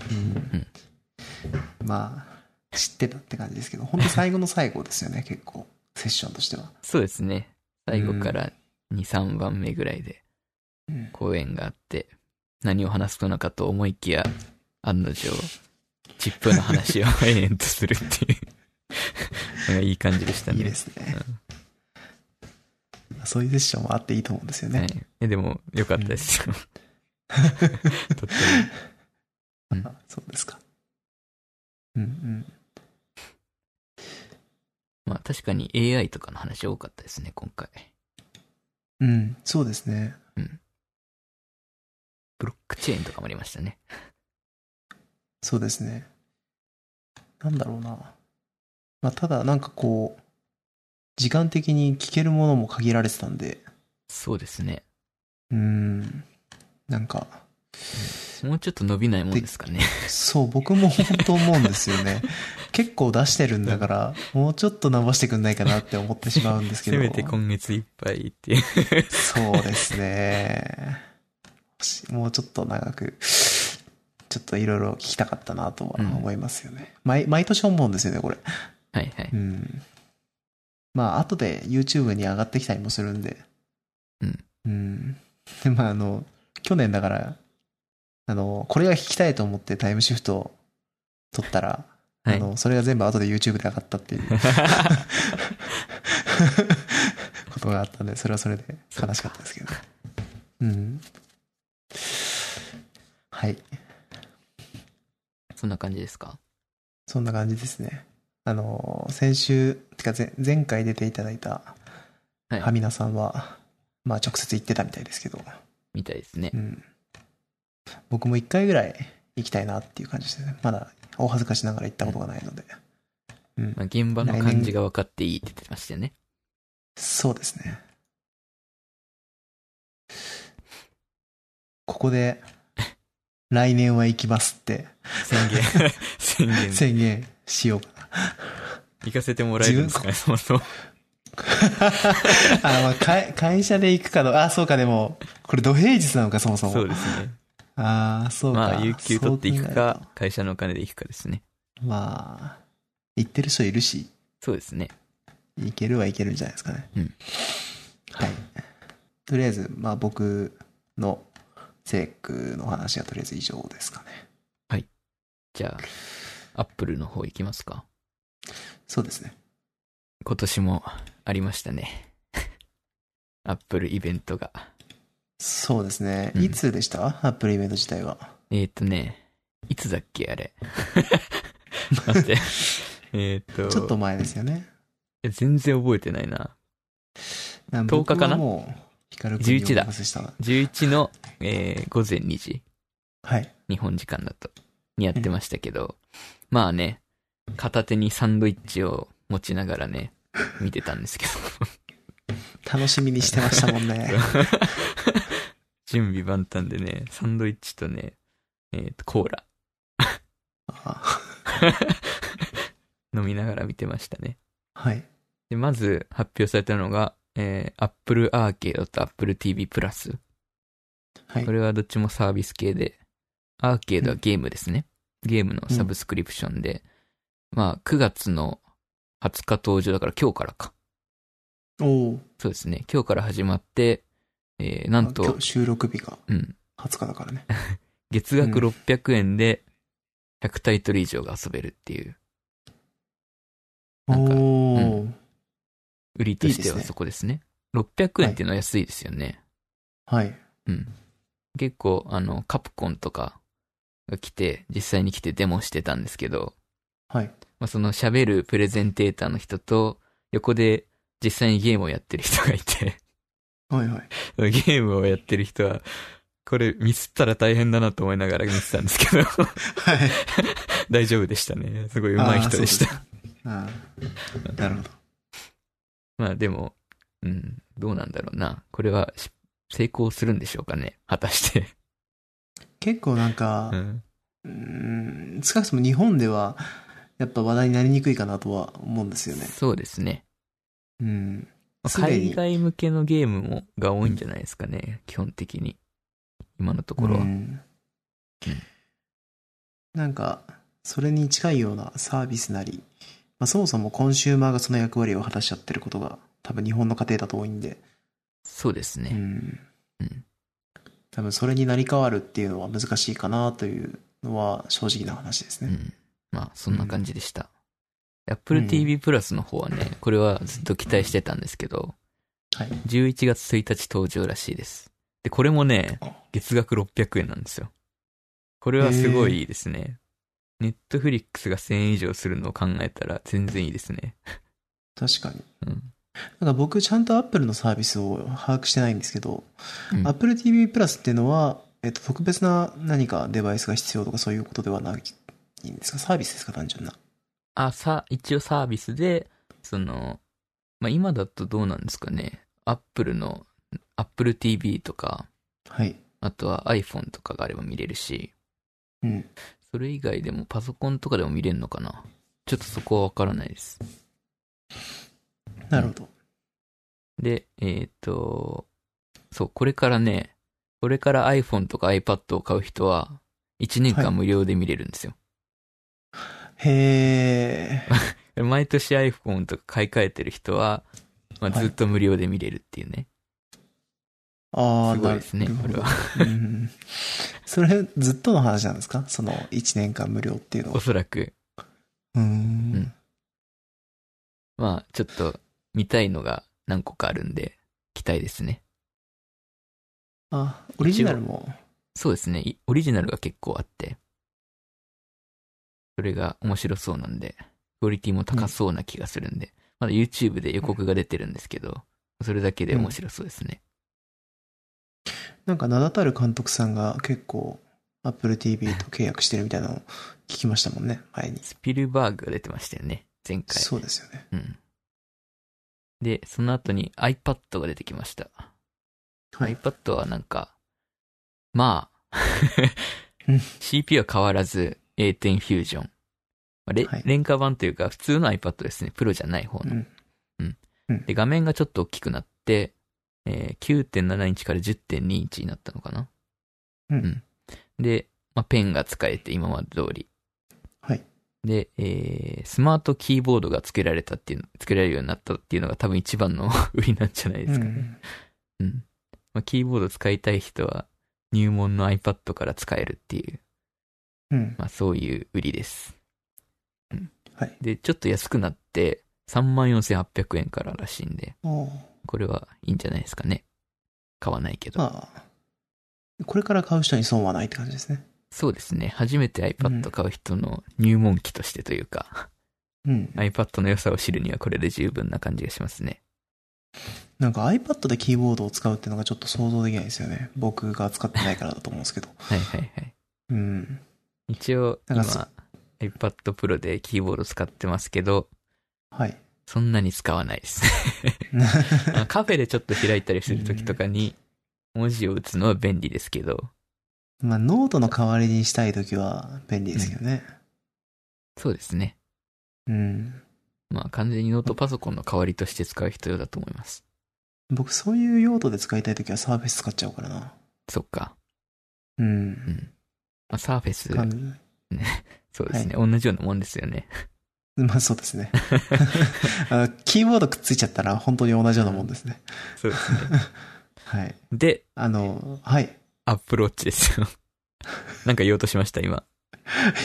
[SPEAKER 1] うん。まあ、知ってたって感じですけど、本当最後の最後ですよね、 結構。セッションとしては。
[SPEAKER 2] そうですね。最後から2、3番目ぐらいで
[SPEAKER 1] うん。
[SPEAKER 2] 講演があって、何を話すのかと思いきや、案の定、チップの話を延々とするっていうのがいい感じでしたね。
[SPEAKER 1] いいですね。そういうセッションはあっていいと思うんですよ ね。
[SPEAKER 2] はいえでも、良かったですよ。 とってうん
[SPEAKER 1] あそうですか。うんうん。
[SPEAKER 2] もまあ確かに AI とかの話多かったですね、今回。
[SPEAKER 1] うん、そうですね。
[SPEAKER 2] ブロックチェーンとかもありましたね。
[SPEAKER 1] そうですね。なんだろうな。まあ、ただ、なんかこう、時間的に聞けるものも限られてたんで、
[SPEAKER 2] そうですね。
[SPEAKER 1] うーん、なんか、
[SPEAKER 2] もうちょっと伸びないもんですかね。
[SPEAKER 1] そう、僕も本当思うんですよ ね。結構出してるんだから、もうちょっと伸ばしてくんないかなって思ってしまうんですけ
[SPEAKER 2] せ
[SPEAKER 1] ど。
[SPEAKER 2] めて今月いっぱいって いう。
[SPEAKER 1] そうですね。欲しいもうちょっと長く、ちょっといろいろ聞きたかったなとは思いますよね。毎毎年思うんですよね、これ。
[SPEAKER 2] はいはい。
[SPEAKER 1] うん。まあ、後で YouTube に上がってきたりもするんで。
[SPEAKER 2] うん。
[SPEAKER 1] うん。 で、まあ、あの、去年だから、あの、これが聞きたいと思ってタイムシフトを取ったら、
[SPEAKER 2] は
[SPEAKER 1] あ
[SPEAKER 2] い。
[SPEAKER 1] の、それが全部後で YouTube で上がったっていう ことがあったんで、それはそれで悲しかったですけど。うん。はい。
[SPEAKER 2] そんな感じですか
[SPEAKER 1] そんな感じですね。あの、先週、てか前前回出ていただいた、
[SPEAKER 2] はい
[SPEAKER 1] はみなさんは、まあ直接行ってたみたいですけど、
[SPEAKER 2] みたいですね
[SPEAKER 1] う。ん。僕も一回ぐらい行きたいなっていう感じですね。まだ、お恥ずかしながら行ったことがないので。うん
[SPEAKER 2] まあ、現場の感じが分かっていいって言ってましたよね。
[SPEAKER 1] そうですね。ここで、来年は行きますって
[SPEAKER 2] 宣 言。宣言。
[SPEAKER 1] 宣言しようか な。
[SPEAKER 2] 行かせてもらえるんですかね、そもそも。
[SPEAKER 1] あ、まあ、会会社で行くかどうか、あ、そうか、でも、これ土平日なのか、そもそも。
[SPEAKER 2] そうですね。
[SPEAKER 1] ああ、そうか。
[SPEAKER 2] まあ、有給取ってい
[SPEAKER 1] そう考
[SPEAKER 2] く
[SPEAKER 1] える
[SPEAKER 2] か、会社のお金で行くかですね。
[SPEAKER 1] と。まあ、行ってる人いるし、
[SPEAKER 2] そうですね。
[SPEAKER 1] 行けるはいけるんじゃないですかね。
[SPEAKER 2] うん
[SPEAKER 1] はい。とりあえず、まあ僕のセックの話はとりあえず以上ですかね。
[SPEAKER 2] じゃあ、アップルの方行きますか。
[SPEAKER 1] そうですね。
[SPEAKER 2] 今年もありましたね。アップルイベントが。
[SPEAKER 1] そうですね。
[SPEAKER 2] うん
[SPEAKER 1] いつでした、アップルイベント自体は。
[SPEAKER 2] えっ、ー、とね、いつだっけ、あれ。 待って。えっと、
[SPEAKER 1] ちょっと前ですよね。
[SPEAKER 2] え全然覚えてないな。10日かな
[SPEAKER 1] 僕はもう、光くんにお任せしたな。
[SPEAKER 2] 11の、えー午前2時、
[SPEAKER 1] はい。
[SPEAKER 2] 日本時間だと、にやってましたけど、まあね、片手にサンドイッチを持ちながらね、見てたんですけど、
[SPEAKER 1] 楽しみにしてましたもんね。
[SPEAKER 2] 準備万端でね、サンドイッチとね、えーと、コーラ
[SPEAKER 1] あ
[SPEAKER 2] 飲みながら見てましたね。
[SPEAKER 1] はい。
[SPEAKER 2] で、まず発表されたのが、えー、Apple Arcade と Apple TV プラス。
[SPEAKER 1] はい
[SPEAKER 2] こ。れはどっちもサービス系で、アーケードはゲームですね。ゲームのサブスクリプションで、まあ、9月の20日登場だから今日からか。
[SPEAKER 1] おお。
[SPEAKER 2] そうですね。今日から始まって、えー、なん
[SPEAKER 1] あ
[SPEAKER 2] と
[SPEAKER 1] 今日、収録日が
[SPEAKER 2] うん、
[SPEAKER 1] 20日だからね。
[SPEAKER 2] 月額
[SPEAKER 1] うん
[SPEAKER 2] 600円で、 100タイトル以上が遊べるっていう、なんか
[SPEAKER 1] おー、
[SPEAKER 2] 売りとし
[SPEAKER 1] い
[SPEAKER 2] て
[SPEAKER 1] いです
[SPEAKER 2] は
[SPEAKER 1] ね
[SPEAKER 2] そこですね。600円っていうのは安いですよね。
[SPEAKER 1] はい。
[SPEAKER 2] うん。結構、あの、カプコンとかが来て、実際に来てデモしてたんですけど、
[SPEAKER 1] はい。
[SPEAKER 2] まあ、その喋るプレゼンテーターの人と、横で実際にゲームをやってる人がいて、
[SPEAKER 1] はいはい。
[SPEAKER 2] ゲームをやってる人は、これミスったら大変だなと思いながら見てたんですけど、
[SPEAKER 1] はい。
[SPEAKER 2] 大丈夫でしたね。すごい上手い人でした。
[SPEAKER 1] あーなるほど。
[SPEAKER 2] まあでも、うん、どうなんだろうな。これはし成功するんでしょうかね。果たして。
[SPEAKER 1] 結構なんか
[SPEAKER 2] う、ん。
[SPEAKER 1] うーん、少なくとも日本では、やっぱ話題になりにくいかなとは思うんですよね。
[SPEAKER 2] そうですね。
[SPEAKER 1] うん。
[SPEAKER 2] まあ
[SPEAKER 1] すでに
[SPEAKER 2] 海外向けのゲームもが多いんじゃないですかね。基本的に。今のところは。
[SPEAKER 1] うんなんか、それに近いようなサービスなり、まあ、そもそもコンシューマーがその役割を果たしちゃってることが、多分日本の家庭だと多いんで、
[SPEAKER 2] そうです
[SPEAKER 1] う
[SPEAKER 2] ね。
[SPEAKER 1] ん
[SPEAKER 2] うん。
[SPEAKER 1] 多分それになり変わるっていうのは難しいかなというのは正直な話です
[SPEAKER 2] う
[SPEAKER 1] ね。
[SPEAKER 2] ん。まあ、そんな感じでした。Apple TV プラスの方はね、これはずっと期待してたんですけど、
[SPEAKER 1] はい。
[SPEAKER 2] 11月1日登場らしいです。で、これもね、月額600円なんですよ。これはすごいいいですね。ネットフリックスが1000円以上するのを考えたら全然いいですね。
[SPEAKER 1] 確かに。
[SPEAKER 2] うん。
[SPEAKER 1] なんか僕ちゃんと Apple のサービスを把握してないんですけど、
[SPEAKER 2] うん
[SPEAKER 1] Apple TV プラスっていうのは、えっと、特別な何かデバイスが必要とかそういうことではないんですかサービスですか単純な。
[SPEAKER 2] あ、さ、一応サービスで、その、まあ、今だとどうなんですかね。Apple の、Apple TV とか、
[SPEAKER 1] はい。
[SPEAKER 2] あとは iPhone とかがあれば見れるし、
[SPEAKER 1] うん。
[SPEAKER 2] それ以外でもパソコンとかでも見れるのかな。ちょっとそこはわからないです。
[SPEAKER 1] なるほど。
[SPEAKER 2] で、えっ、と、そう、これからね、これから iPhone とか iPad を買う人は、1年
[SPEAKER 1] は
[SPEAKER 2] 間
[SPEAKER 1] い
[SPEAKER 2] 無料で見れるんですよ。
[SPEAKER 1] へー。
[SPEAKER 2] 毎年 iPhone とか買い替えてる人は、まあ、
[SPEAKER 1] はい
[SPEAKER 2] ずっと無料で見れるっていうね。
[SPEAKER 1] ああ、
[SPEAKER 2] すごいですね、
[SPEAKER 1] なる
[SPEAKER 2] こ
[SPEAKER 1] ほ
[SPEAKER 2] れ
[SPEAKER 1] ど
[SPEAKER 2] は。
[SPEAKER 1] うんそれずっとの話なんですかその1年間無料っていうの
[SPEAKER 2] お
[SPEAKER 1] は。
[SPEAKER 2] そらく。
[SPEAKER 1] うー
[SPEAKER 2] うん
[SPEAKER 1] ん。
[SPEAKER 2] まあ、ちょっと、見たいのが何個かあるんで、期待ですね。
[SPEAKER 1] あ、オリジナルも。
[SPEAKER 2] そうですね、いオリジナルが結構あって、それが面白そうなんで、クオリティも高そうな気がするんで、まだ YouTube で予告が出てるんですけど、それだけで面白そうですね。
[SPEAKER 1] なんか名だたる監督さんが結構 Apple TV と契約してるみたいなのを聞きましたもんね、前に。
[SPEAKER 2] スピルバーグが出てましたよね、前回。
[SPEAKER 1] そうですよね。
[SPEAKER 2] うん。で、その後に iPad が出てきました。
[SPEAKER 1] はい。
[SPEAKER 2] iPad はなんか、まあ
[SPEAKER 1] うん、
[SPEAKER 2] CPU は変わらず A10 フュージョン。まあれ
[SPEAKER 1] はい
[SPEAKER 2] 廉価版というか普通の iPad ですね。プロじゃない方
[SPEAKER 1] う
[SPEAKER 2] の。
[SPEAKER 1] ん。
[SPEAKER 2] で、画面がちょっと大きくなって、えー9.7インチから10.2インチになったのかな。
[SPEAKER 1] うん
[SPEAKER 2] で、まあ、ペンが使えて今まで通り。
[SPEAKER 1] はい。
[SPEAKER 2] で、えースマートキーボードが付けられたっていう、付けられるようになったっていうのが多分一番の 売りなんじゃないですかね。うん。まあ、キーボード使いたい人は入門の iPad から使えるっていう、
[SPEAKER 1] うん。うん。
[SPEAKER 2] まあそういう売りです。
[SPEAKER 1] はい。
[SPEAKER 2] で、ちょっと安くなって34,800円かららしいんで、
[SPEAKER 1] おー
[SPEAKER 2] これはいいんじゃないですかね。買わないけど。
[SPEAKER 1] まあ、これから買う人に損はないって感じですね。
[SPEAKER 2] そうですね。初めて
[SPEAKER 1] う
[SPEAKER 2] iPad
[SPEAKER 1] ん
[SPEAKER 2] 買う人の入門機としてというか、
[SPEAKER 1] うん。
[SPEAKER 2] iPad の良さを知るにはこれで十分な感じがしますね。
[SPEAKER 1] なんか iPad でキーボードを使うっていうのがちょっと想像できないですよね。僕が使ってないからだと思うんですけど。
[SPEAKER 2] はいはいはい。
[SPEAKER 1] うん。
[SPEAKER 2] 一応、
[SPEAKER 1] なんかそ
[SPEAKER 2] 今、iPad Pro でキーボード使ってますけど、
[SPEAKER 1] はい。
[SPEAKER 2] そんなに使わないです。あカフェでちょっと開いたりするときとかに、文字を打つのは便利ですけど、
[SPEAKER 1] まあ、ノートの代わりにしたいときは便利ですけどね。
[SPEAKER 2] そうですね。
[SPEAKER 1] うん。
[SPEAKER 2] まあ完全にノートパソコンの代わりとして使う人用だと思います。
[SPEAKER 1] 僕、そういう用途で使いたいときはサーフェス使っちゃうからな。
[SPEAKER 2] そっか。
[SPEAKER 1] う
[SPEAKER 2] うん
[SPEAKER 1] ん。
[SPEAKER 2] まあ、サーフェス、
[SPEAKER 1] 感じ
[SPEAKER 2] そうですね、同じようなもんですよね。
[SPEAKER 1] まあ、そうですね。あのキーボードくっついちゃったら本当に同じようなもんですね。
[SPEAKER 2] そうですね。
[SPEAKER 1] はい。
[SPEAKER 2] で、
[SPEAKER 1] あの、はい。
[SPEAKER 2] Apple Watch ですよ。なんか言おうとしました、今。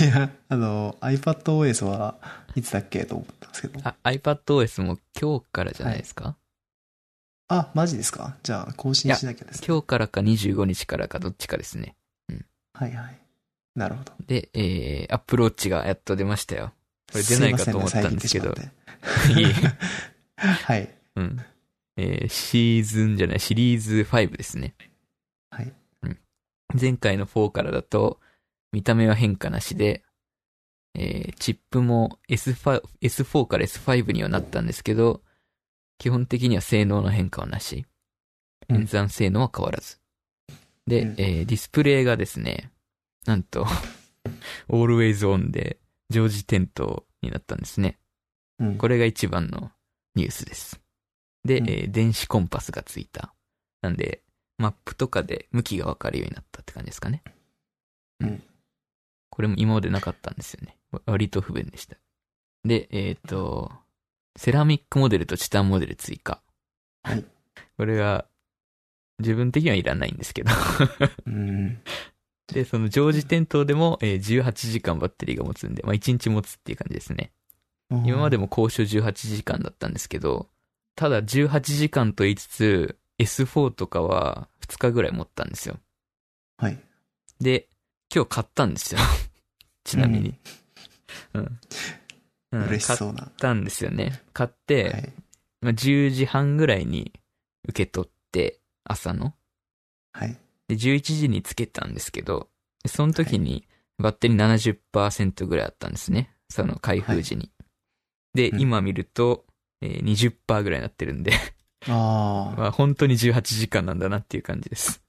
[SPEAKER 1] いや、あの、iPadOS はいつだっけと思ったんですけど。
[SPEAKER 2] あ、iPadOS も今日からじゃないですか、
[SPEAKER 1] あ、マジですかじゃあ、更新しなきゃですね。
[SPEAKER 2] 今日からか25日からかどっちかですね。
[SPEAKER 1] はいはい。なるほど。
[SPEAKER 2] で、えー、Apple Watch がやっと出ま したよ。これ出ないかと思ったんですけど
[SPEAKER 1] すいませんね遮ってしまってはい。
[SPEAKER 2] うん。えー、シーズンじゃない、シリーズ5ですね。
[SPEAKER 1] はい。
[SPEAKER 2] うん。前回の4からだと、見た目は変化なしで、えー、チップも S5 S4 から S5 にはなったんですけど、基本的には性能の変化はなし。
[SPEAKER 1] うん
[SPEAKER 2] 演算性能は変わらず。で、
[SPEAKER 1] うん
[SPEAKER 2] えーディスプレイがですね、なんと、Always On で常時点灯になったんですね。
[SPEAKER 1] うん。
[SPEAKER 2] これが一番のニュースです。で、
[SPEAKER 1] うん
[SPEAKER 2] えー電子コンパスがついた。なんで、マップとかで向きがわかるようになったって感じですかね。
[SPEAKER 1] うん
[SPEAKER 2] これも今までなかったんですよね。わ割と不便でした。で、えっ、と、セラミックモデルとチタンモデル追加。
[SPEAKER 1] はい
[SPEAKER 2] これが、自分的にはいらないんですけど。
[SPEAKER 1] うん。
[SPEAKER 2] で、その常時点灯でも、えー18時間バッテリーが持つんで、まあ1日持つっていう感じですね。今まで
[SPEAKER 1] も。
[SPEAKER 2] も交渉18時間だったんですけど、ただ18時間と言いつつ、S4 とかは2日ぐらい持ったんですよ。
[SPEAKER 1] はい。
[SPEAKER 2] で、今日買ったんですよ。 ちなみに。うん。うん
[SPEAKER 1] 嬉し
[SPEAKER 2] 買っ
[SPEAKER 1] そうな。
[SPEAKER 2] たんですよね。買って、
[SPEAKER 1] はい。
[SPEAKER 2] まあ、10時半ぐらいに受け取って、朝の。
[SPEAKER 1] はい。
[SPEAKER 2] で、11時につけたんですけど、でその時にバッテリー70%ぐらいあったんですね。その開封時に。で、
[SPEAKER 1] うん
[SPEAKER 2] 今見ると、えー20%ぐらいになってるんで、
[SPEAKER 1] ああ、
[SPEAKER 2] まあ本当に18時間なんだなっていう感じです。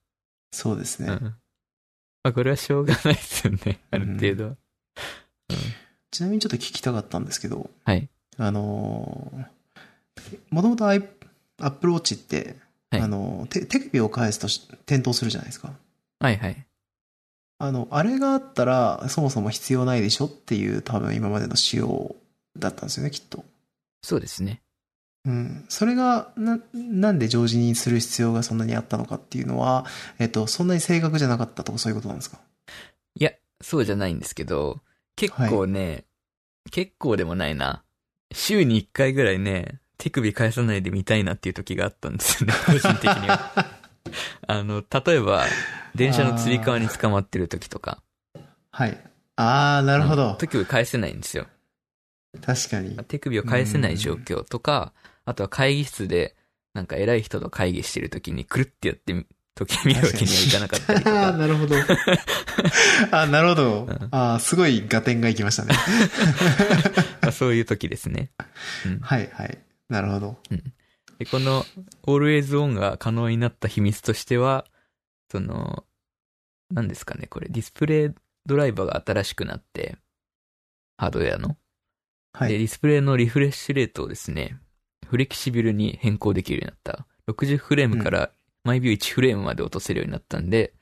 [SPEAKER 1] そうです
[SPEAKER 2] う
[SPEAKER 1] ね
[SPEAKER 2] ん。まあこれはしょうがないですよね。ある程度は。
[SPEAKER 1] ちなみにちょっと聞きたかったんですけど、
[SPEAKER 2] はい。
[SPEAKER 1] あのー、もともと i- Apple Watch って、
[SPEAKER 2] はい
[SPEAKER 1] あのー、手手首を返すとし点灯するじゃないですか。
[SPEAKER 2] はいはい。
[SPEAKER 1] あの、あれがあったら、そもそも必要ないでしょっていう多分今までの仕様だったんですよね、きっと。
[SPEAKER 2] そうですね。
[SPEAKER 1] うん。それが、な、なんで常時にする必要がそんなにあったのかっていうのは、えっと、そんなに正確じゃなかったとかそういうことなんですか
[SPEAKER 2] いや、そうじゃないんですけど、結構ね、結構でもないな。週に1回ぐらいね、手首返さないで見たいなっていう時があったんです よね、個人的には。あの、例えば、電車のつり革に捕まってる時とか。
[SPEAKER 1] はい。あー、なるほ
[SPEAKER 2] うん
[SPEAKER 1] ど。
[SPEAKER 2] 手首返せないんですよ。
[SPEAKER 1] 確かに。
[SPEAKER 2] 手首を返せない状況とか、あとは会議室で、なんか偉い人と会議してる時に、くるってやってみ、時見るわけにはいかなかったりと
[SPEAKER 1] ああー、
[SPEAKER 2] か。
[SPEAKER 1] なるほど。あな るほど。
[SPEAKER 2] ん
[SPEAKER 1] あーすごい合点がいきましたね。
[SPEAKER 2] まあそういう時ですね。
[SPEAKER 1] はいはい。なるほど。
[SPEAKER 2] で、この Always On が可能になった秘密としては、その、何ですかね、これ、ディスプレイドライバーが新しくなって、ハードウェアの。
[SPEAKER 1] は
[SPEAKER 2] で、
[SPEAKER 1] い。
[SPEAKER 2] ディスプレイのリフレッシュレートをですね、フレキシブルに変更できるようになった。60フレームから毎秒1フレームまで落とせるようになったんで、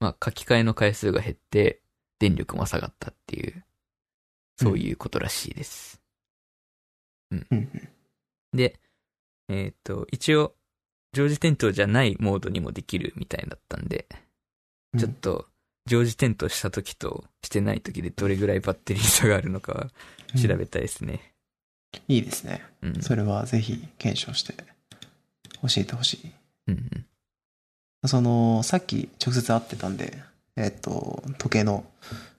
[SPEAKER 2] まあ書き換えの回数が減って、電力も下がったっていう、そういうことらしいです。うん。
[SPEAKER 1] うん
[SPEAKER 2] で、えっ、と、一応、常時点灯じゃないモードにもできるみたいだったんで、
[SPEAKER 1] うん
[SPEAKER 2] ちょっと、常時点灯した時としてない時でどれぐらいバッテリー差があるのかは調べたいですね。
[SPEAKER 1] いいですね。
[SPEAKER 2] うん。
[SPEAKER 1] それはぜひ検証して教えてほしい。
[SPEAKER 2] うんうん。
[SPEAKER 1] その、さっき直接会ってたんで、えっと、時計の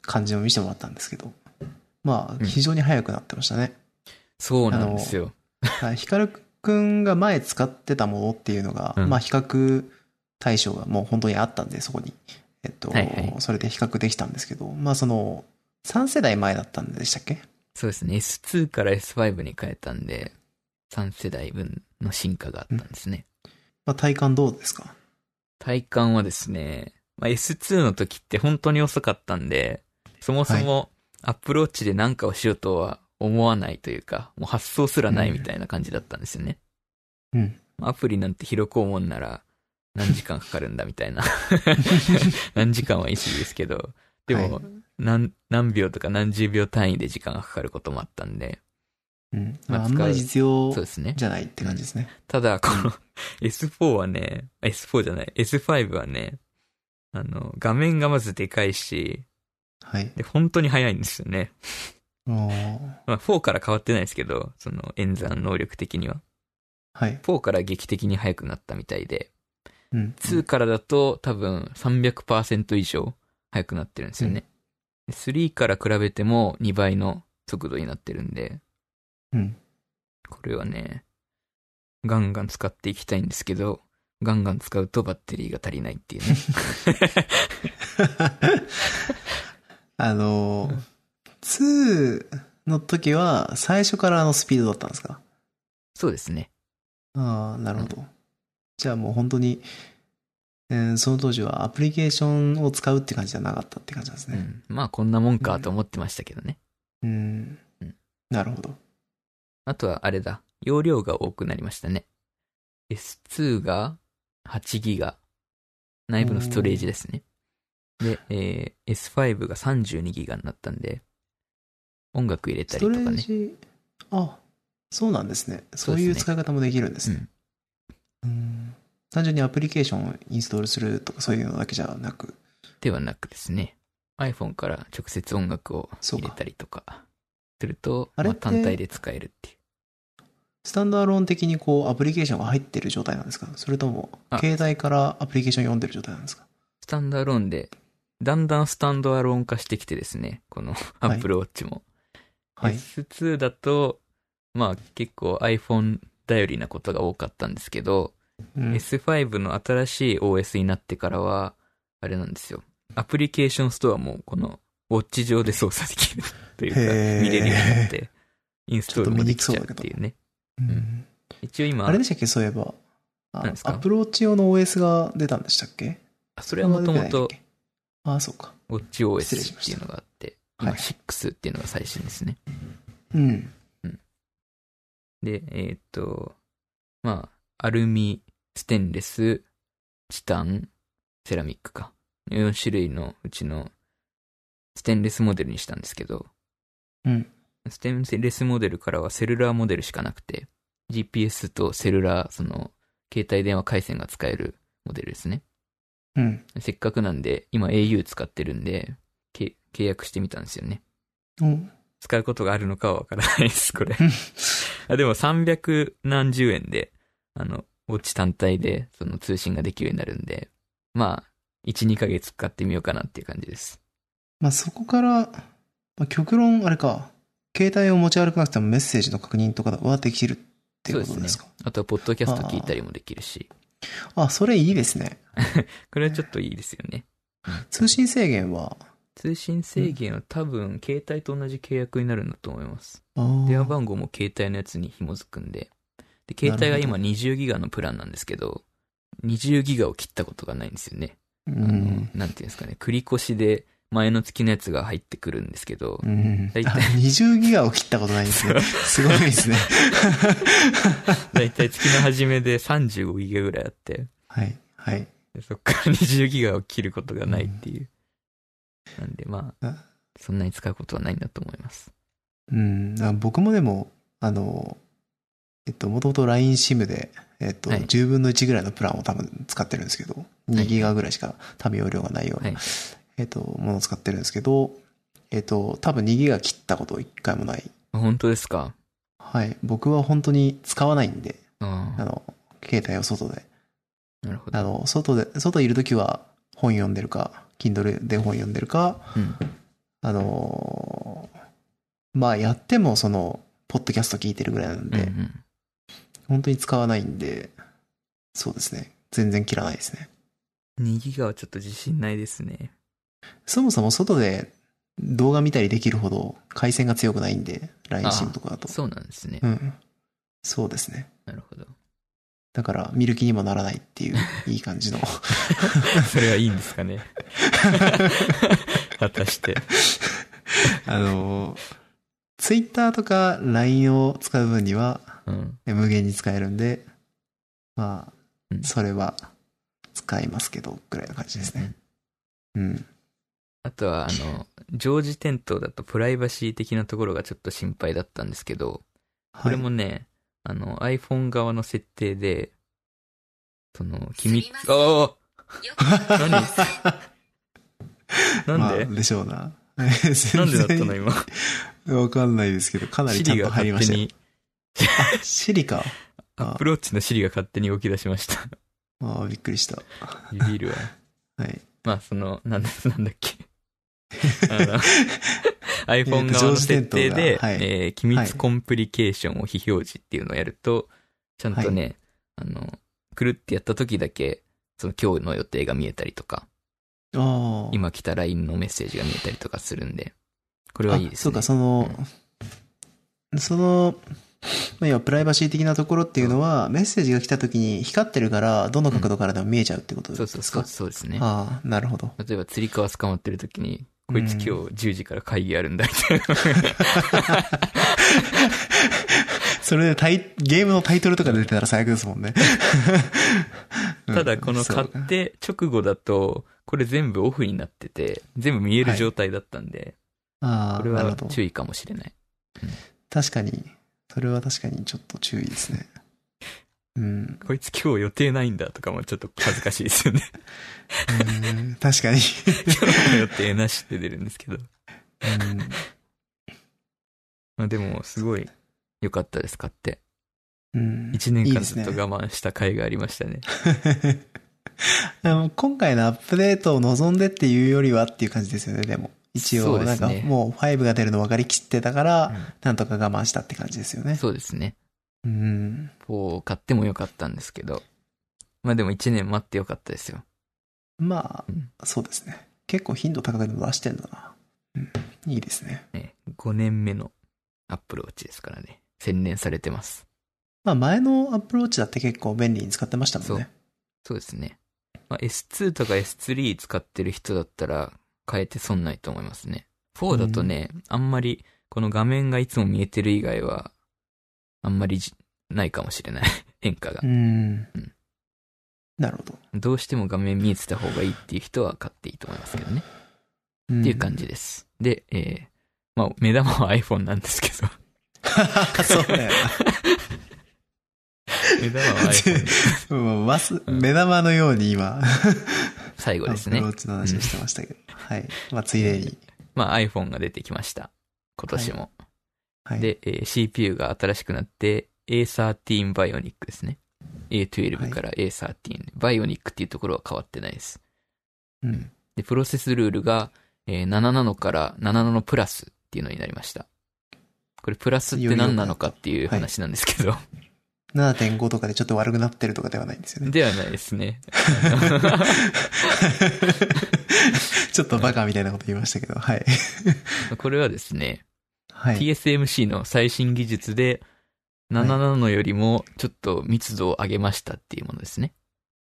[SPEAKER 1] 感じを見せてもらったんですけど、ま
[SPEAKER 2] う
[SPEAKER 1] あ、
[SPEAKER 2] ん
[SPEAKER 1] 非常に早くなってましたね。
[SPEAKER 2] そうなんですよ。
[SPEAKER 1] はいヒカルくんが前使ってたものっていうのが、
[SPEAKER 2] うん
[SPEAKER 1] まあ比較対象がもう本当にあったんで、そこに。えっと、
[SPEAKER 2] はいはい
[SPEAKER 1] それで比較できたんですけど、まあその、3世代前だったんでしたっけ
[SPEAKER 2] そうですね。S2 から S5 に変えたんで、3世代分の進化があったんですね。
[SPEAKER 1] まあ体感どうですか
[SPEAKER 2] 体感はですね、まあ、S2 の時って本当に遅かったんで、そもそもアップローチで何かをしようとは思わないというか、もう発想すらないみたいな感じだったんですよね。
[SPEAKER 1] うん。
[SPEAKER 2] アプリなんて広く思うなら何時間かかるんだみたいな。 何時間は言い過ぎですけど、 でも、
[SPEAKER 1] は
[SPEAKER 2] 何何秒とか何十秒単位で時間がかかることもあったんで、
[SPEAKER 1] うん。
[SPEAKER 2] まあ
[SPEAKER 1] まああんまり実用
[SPEAKER 2] そうですね。
[SPEAKER 1] じゃないって感じですね。
[SPEAKER 2] ただ、この S4 はね、あ S4 じゃない、S5 はね、あの、画面がまずでかいし、
[SPEAKER 1] はい。
[SPEAKER 2] で、本当に早いんですよね。
[SPEAKER 1] おー
[SPEAKER 2] まあ、4から変わってないですけど、その演算能力的には。
[SPEAKER 1] はい。
[SPEAKER 2] 4から劇的に速くなったみたいで、
[SPEAKER 1] うん。
[SPEAKER 2] 2からだと多分300%以上速くなってるんですよね。で3から比べても2倍の速度になってるんで、
[SPEAKER 1] うん。
[SPEAKER 2] これはね、ガンガン使っていきたいんですけど、ガンガン使うとバッテリーが足りないっていうね。
[SPEAKER 1] あのー、2の時は最初からあのスピードだったんですか
[SPEAKER 2] そうですね。
[SPEAKER 1] ああ、なるほど。じゃあもう本当に、えーその当時はアプリケーションを使うって感じじゃなかったって感じなんです
[SPEAKER 2] う
[SPEAKER 1] ね。
[SPEAKER 2] ん。まあこんなもんかと思ってましたけどね。
[SPEAKER 1] うん
[SPEAKER 2] うん。
[SPEAKER 1] なるほど。
[SPEAKER 2] あとはあれだ。容量が多くなりましたね。S2 が8ギガ。内部のストレージですね。で、えー S5 が32ギガになったんで、音楽入れた
[SPEAKER 1] ス
[SPEAKER 2] りと
[SPEAKER 1] トレ
[SPEAKER 2] か
[SPEAKER 1] ー
[SPEAKER 2] ね。
[SPEAKER 1] ジ、あ、そうなんですね。
[SPEAKER 2] そ
[SPEAKER 1] そう
[SPEAKER 2] ですね
[SPEAKER 1] ういう使い方もできるんです
[SPEAKER 2] う
[SPEAKER 1] ね。
[SPEAKER 2] ん。
[SPEAKER 1] うん単純にアプリケーションをインストールするとかそういうのだけじゃなく、
[SPEAKER 2] ではなくですね。iPhone から直接音楽を入れたりとか、すると、
[SPEAKER 1] あれ
[SPEAKER 2] ま
[SPEAKER 1] っ
[SPEAKER 2] あ
[SPEAKER 1] て
[SPEAKER 2] 単体で使えるっていう。
[SPEAKER 1] スタンダーローン的にこうアプリケーションが入ってる状態なんですかそれとも
[SPEAKER 2] あ、
[SPEAKER 1] 携帯からアプリケーション読んでる状態なんですか
[SPEAKER 2] スタンドアローンで、だんだんスタンドアローン化してきてですね、この Apple Watch も。
[SPEAKER 1] はい。
[SPEAKER 2] S2 だと、まあ結構 iPhone 頼りなことが多かったんですけど、
[SPEAKER 1] うん、
[SPEAKER 2] S5 の新しい OS になってからは、あれなんですよ。アプリケーションストアもこの Watch 上で操作できるというか、
[SPEAKER 1] へー
[SPEAKER 2] 見れるようになって、インストールもできちゃうっていうね。
[SPEAKER 1] うん
[SPEAKER 2] 一応今
[SPEAKER 1] あれ、でしたっけそういえば。あ
[SPEAKER 2] 何ですか
[SPEAKER 1] アプローチ用の OS が出たんでしたっけ
[SPEAKER 2] あそれはもともと
[SPEAKER 1] ああ、そうか。失礼
[SPEAKER 2] WatchOS
[SPEAKER 1] し
[SPEAKER 2] っ
[SPEAKER 1] ま
[SPEAKER 2] て
[SPEAKER 1] した
[SPEAKER 2] いうのがあって、今
[SPEAKER 1] はい
[SPEAKER 2] 6っていうのが最新ですね。
[SPEAKER 1] うん。
[SPEAKER 2] で、えーっと、まあ、アルミ、ステンレス、チタン、セラミックか。4種類のうちの、ステンレスモデルにしたんですけど、
[SPEAKER 1] うん。
[SPEAKER 2] ステンレスモデルからはセルラーモデルしかなくて、GPS とセルラー、その、携帯電話回線が使えるモデルですね。
[SPEAKER 1] うん。
[SPEAKER 2] せっかくなんで、今 au 使ってるんで、け契約してみたんですよね。
[SPEAKER 1] うん
[SPEAKER 2] 使うことがあるのかはわからないです、これ。あでも300何十円で、あの、ウォッチ単体でその通信ができるようになるんで、まあ、1、2ヶ月使ってみようかなっていう感じです。
[SPEAKER 1] まあそこから、まあ、極論あれか、携帯を持ち歩かなくてもメッセージの確認とかはできるっていうことですか
[SPEAKER 2] あとは、ポッドキャスト聞いたりもできるし、
[SPEAKER 1] あ、それいいですね。
[SPEAKER 2] これはちょっといいですよね。
[SPEAKER 1] 通信制限は、
[SPEAKER 2] 通信制限は多分、携帯と同じ契約になるんだと思います。
[SPEAKER 1] あー
[SPEAKER 2] 電話番号も携帯のやつに紐づくんで。で、携帯が今20ギガのプランなんですけど、20ギガを切ったことがないんですよね。
[SPEAKER 1] う
[SPEAKER 2] あの
[SPEAKER 1] ん。、
[SPEAKER 2] なんていうんですかね、繰り越しで前の月のやつが入ってくるんですけど
[SPEAKER 1] う、ん。あ
[SPEAKER 2] 大体
[SPEAKER 1] 20ギガを切ったことないん ですね。すごいですね。
[SPEAKER 2] だいたい月の初めで35ギガぐらいあって、
[SPEAKER 1] はい。はい。
[SPEAKER 2] でそっから20ギガを切ることがないっていう。なんでまあ
[SPEAKER 1] あ、
[SPEAKER 2] そんなに使うことはないんだと思います。
[SPEAKER 1] うん、あ僕もでも、あの、えっと、もともと LINESIM で、えっと、
[SPEAKER 2] はい
[SPEAKER 1] 10分の1ぐらいのプランを多分使ってるんですけど、2ギガぐらいしか多分容量がないような、
[SPEAKER 2] はい
[SPEAKER 1] えっと、ものを使ってるんですけど、えっと、多分2ギガ切ったこと1回もない。
[SPEAKER 2] 本当ですか
[SPEAKER 1] はい。僕は本当に使わないんで、
[SPEAKER 2] あ
[SPEAKER 1] あの、携帯を外で。
[SPEAKER 2] あ、なるほ
[SPEAKER 1] あ
[SPEAKER 2] ど。
[SPEAKER 1] の、外で、外いるときは本読んでるか、Kindle で本読んでるか、
[SPEAKER 2] うん。
[SPEAKER 1] あのーまあやってもその、ポッドキャスト聞いてるぐらいなん
[SPEAKER 2] うん
[SPEAKER 1] で、
[SPEAKER 2] うん
[SPEAKER 1] 本当に使わないんで、そうですね。全然切らないですね。
[SPEAKER 2] 2ギガはちょっと自信ないですね。
[SPEAKER 1] そもそも外で動画見たりできるほど回線が強くないんで、LINE シムとかだと。
[SPEAKER 2] そうなんですね
[SPEAKER 1] う。ん。そうですね。
[SPEAKER 2] なるほど。
[SPEAKER 1] だから見る気にもならないって いう、いい感じの。
[SPEAKER 2] それはいいんです かね果たして。
[SPEAKER 1] あのー、Twitter とか LINE を使う分には
[SPEAKER 2] うん。
[SPEAKER 1] ね無限に使えるんで、ま
[SPEAKER 2] うん
[SPEAKER 1] あ、それは使いますけど、ぐらいの感じですね。うん。
[SPEAKER 2] あとは、あの、常時点灯だとプライバシー的なところがちょっと心配だったんですけど、こ
[SPEAKER 1] は
[SPEAKER 2] れ
[SPEAKER 1] い。
[SPEAKER 2] もね、あの、iPhone 側の設定で、その、
[SPEAKER 3] す
[SPEAKER 2] 君
[SPEAKER 3] みま、せん
[SPEAKER 2] おお
[SPEAKER 3] よくわかりません
[SPEAKER 2] な ん
[SPEAKER 1] まあ
[SPEAKER 2] で、
[SPEAKER 1] でしょうな。 な
[SPEAKER 2] な
[SPEAKER 1] ん
[SPEAKER 2] でだ ったの今。
[SPEAKER 1] わかんないですけど、かなり
[SPEAKER 2] シ
[SPEAKER 1] ちゃん
[SPEAKER 2] リ
[SPEAKER 1] と
[SPEAKER 2] が
[SPEAKER 1] 入り
[SPEAKER 2] 勝
[SPEAKER 1] まし
[SPEAKER 2] 手
[SPEAKER 1] たよ。
[SPEAKER 2] に、
[SPEAKER 1] あシリか。
[SPEAKER 2] アップローチのシリが勝手に動き出しました。
[SPEAKER 1] ああ、びっくりした。
[SPEAKER 2] ビビるわ。
[SPEAKER 1] はい。
[SPEAKER 2] まあ、その、なんだ、 なんだっ け。あ
[SPEAKER 1] え
[SPEAKER 2] の iPhone
[SPEAKER 1] ーと
[SPEAKER 2] 側の
[SPEAKER 1] 常時点
[SPEAKER 2] 設
[SPEAKER 1] 灯が
[SPEAKER 2] 定で、
[SPEAKER 1] はい
[SPEAKER 2] えー機密コンプリケーションを非表示っていうのをやると、ちゃんとね、あの、くるってやった時だけ、その今日の予定が見えたりとか、
[SPEAKER 1] ああ。
[SPEAKER 2] 今来た LINE のメッセージが見えたりとかするんで、これはいいですね。
[SPEAKER 1] あそうか、その、その、まあ要はプライバシー的なところっていうのは、メッセージが来た時に光ってるから、どの角度からでも見えちゃうってことです
[SPEAKER 2] そ
[SPEAKER 1] か、
[SPEAKER 2] うそうそう、そうですね。
[SPEAKER 1] ああ、なるほど。
[SPEAKER 2] 例えば、釣り革捕まってる時に、こいつ
[SPEAKER 1] うん
[SPEAKER 2] 今日10時から会議あるんだ、みたいな。
[SPEAKER 1] それでタイ、ゲームのタイトルとか出てたら最悪ですもんね。うん
[SPEAKER 2] ただこの買っ。て直後だと、これ全部オフになってて、全部見える状態だったんで、
[SPEAKER 1] あ
[SPEAKER 2] こ
[SPEAKER 1] あ、
[SPEAKER 2] れ
[SPEAKER 1] なる
[SPEAKER 2] は
[SPEAKER 1] ほど。
[SPEAKER 2] 注意かもしれない。
[SPEAKER 1] 確かに、それは確かにちょっと注意ですね。うん。
[SPEAKER 2] こいつ今日予定ないんだとかもちょっと恥ずかしいですよね。
[SPEAKER 1] うん確かに。
[SPEAKER 2] 今日の予定なしって出るんですけど。
[SPEAKER 1] うん
[SPEAKER 2] まあでも、すごい良かったです、買って。
[SPEAKER 1] うん
[SPEAKER 2] 1年
[SPEAKER 1] いい
[SPEAKER 2] 間
[SPEAKER 1] です
[SPEAKER 2] ずっ
[SPEAKER 1] ね
[SPEAKER 2] と我慢した甲斐がありましたね。
[SPEAKER 1] でも今回のアップデートを望んでっていうよりはっていう感じですよね、でも。一
[SPEAKER 2] そ
[SPEAKER 1] 応、
[SPEAKER 2] うで
[SPEAKER 1] なん
[SPEAKER 2] す
[SPEAKER 1] か
[SPEAKER 2] ね
[SPEAKER 1] もう5が出るの分かりきってたから、
[SPEAKER 2] うん
[SPEAKER 1] なんとか我慢したって感じですよね。
[SPEAKER 2] そうですね。
[SPEAKER 1] うん。
[SPEAKER 2] こう買っても良かったんですけど。まあでも1年待って良かったですよ。
[SPEAKER 1] ま
[SPEAKER 2] うん
[SPEAKER 1] あ、そうですね。結構頻度高く出してんだな。うん、いいですね。
[SPEAKER 2] ね、5年目のアップローチですからね。洗練されてます。
[SPEAKER 1] まあ前のアップローチだって結構便利に使ってましたもんね。
[SPEAKER 2] そうですね。まあ、S2 とか S3 使ってる人だったら変えて損ないと思いますね。4だとね、あんまりこの画面がいつも見えてる以外は、あんまりじないかもしれない。 変化が
[SPEAKER 1] う。ん。
[SPEAKER 2] うん
[SPEAKER 1] なるほど。
[SPEAKER 2] どうしても画面見えてた方がいいっていう人は買っていいと思いますけどね。
[SPEAKER 1] ん
[SPEAKER 2] っていう感。じです。で、えー、まあ、目玉は iPhone なんですけど。
[SPEAKER 1] そうだよ
[SPEAKER 2] 目玉は iPhone。
[SPEAKER 1] な。もう忘目玉のように今、
[SPEAKER 2] 最後です
[SPEAKER 1] アップロ
[SPEAKER 2] ね
[SPEAKER 1] ー。チの話をしてましたけど。はい。まあついでに。
[SPEAKER 2] まあ、iPhone が出てきました。今年も。
[SPEAKER 1] はい、
[SPEAKER 2] で、えー CPU が新しくなって、A13 バイオニックですね。
[SPEAKER 1] はい
[SPEAKER 2] A12 から A13、バイオニックっていうところは変わってないです。
[SPEAKER 1] うん。
[SPEAKER 2] で、プロセスルールが、えー7ナノから7ナノプラスっていうのになりました。これプラスって何なのかっていう話なんですけど、
[SPEAKER 1] 7.5とかでちょっと悪くなってるとかではないんですよね。
[SPEAKER 2] ではないですね。
[SPEAKER 1] ちょっとバカみたいなこと言いましたけど、はい。
[SPEAKER 2] これはですね、
[SPEAKER 1] はい。
[SPEAKER 2] TSMC の最新技術で、7ナノよりもちょっと密度を上げましたっていうものですね。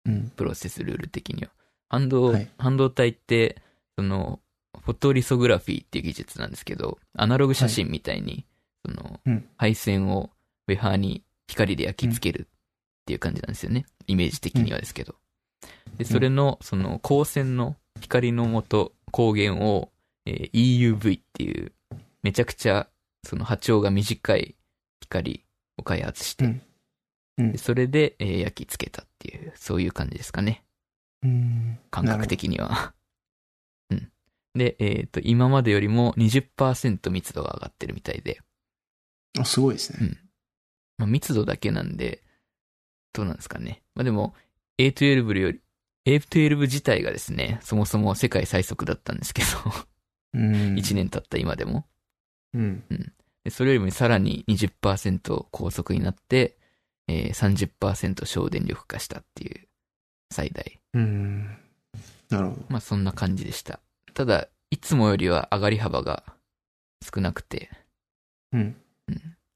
[SPEAKER 1] うん。
[SPEAKER 2] プロセスルール的には。半導,、
[SPEAKER 1] はい
[SPEAKER 2] 半導体って、その、フォトリソグラフィーっていう技術なんですけど、アナログ写真みたいに、その、
[SPEAKER 1] うん
[SPEAKER 2] 配線をウェハーに光で焼き付けるっていう感じなんですよね。イメージ的にはですけど。で、それの、その、光線の光の元、光源を、えー EUV っていう、めちゃくちゃ、その波長が短い光を開発して、
[SPEAKER 1] うんうん
[SPEAKER 2] でそれで、えー焼き付けたっていう、そういう感じですかね。
[SPEAKER 1] うん。
[SPEAKER 2] 感覚的には。うん。で、えっ、と、今までよりも20%密度が上がってるみたいで、
[SPEAKER 1] あ、すごいですね。
[SPEAKER 2] まあ、密度だけなんで、どうなんですかね。まあでも、A12 より、A12 自体がですね、そもそも世界最速だったんですけ
[SPEAKER 1] う
[SPEAKER 2] ど、
[SPEAKER 1] ん。
[SPEAKER 2] 1年経った今でも。
[SPEAKER 1] うん。
[SPEAKER 2] でそれよりもさらに20%高速になって、えー、30%省電力化したっていう、最大。
[SPEAKER 1] うん。なるほど。
[SPEAKER 2] まあそんな感じでした。ただ、いつもよりは上がり幅が少なくて、
[SPEAKER 1] うん。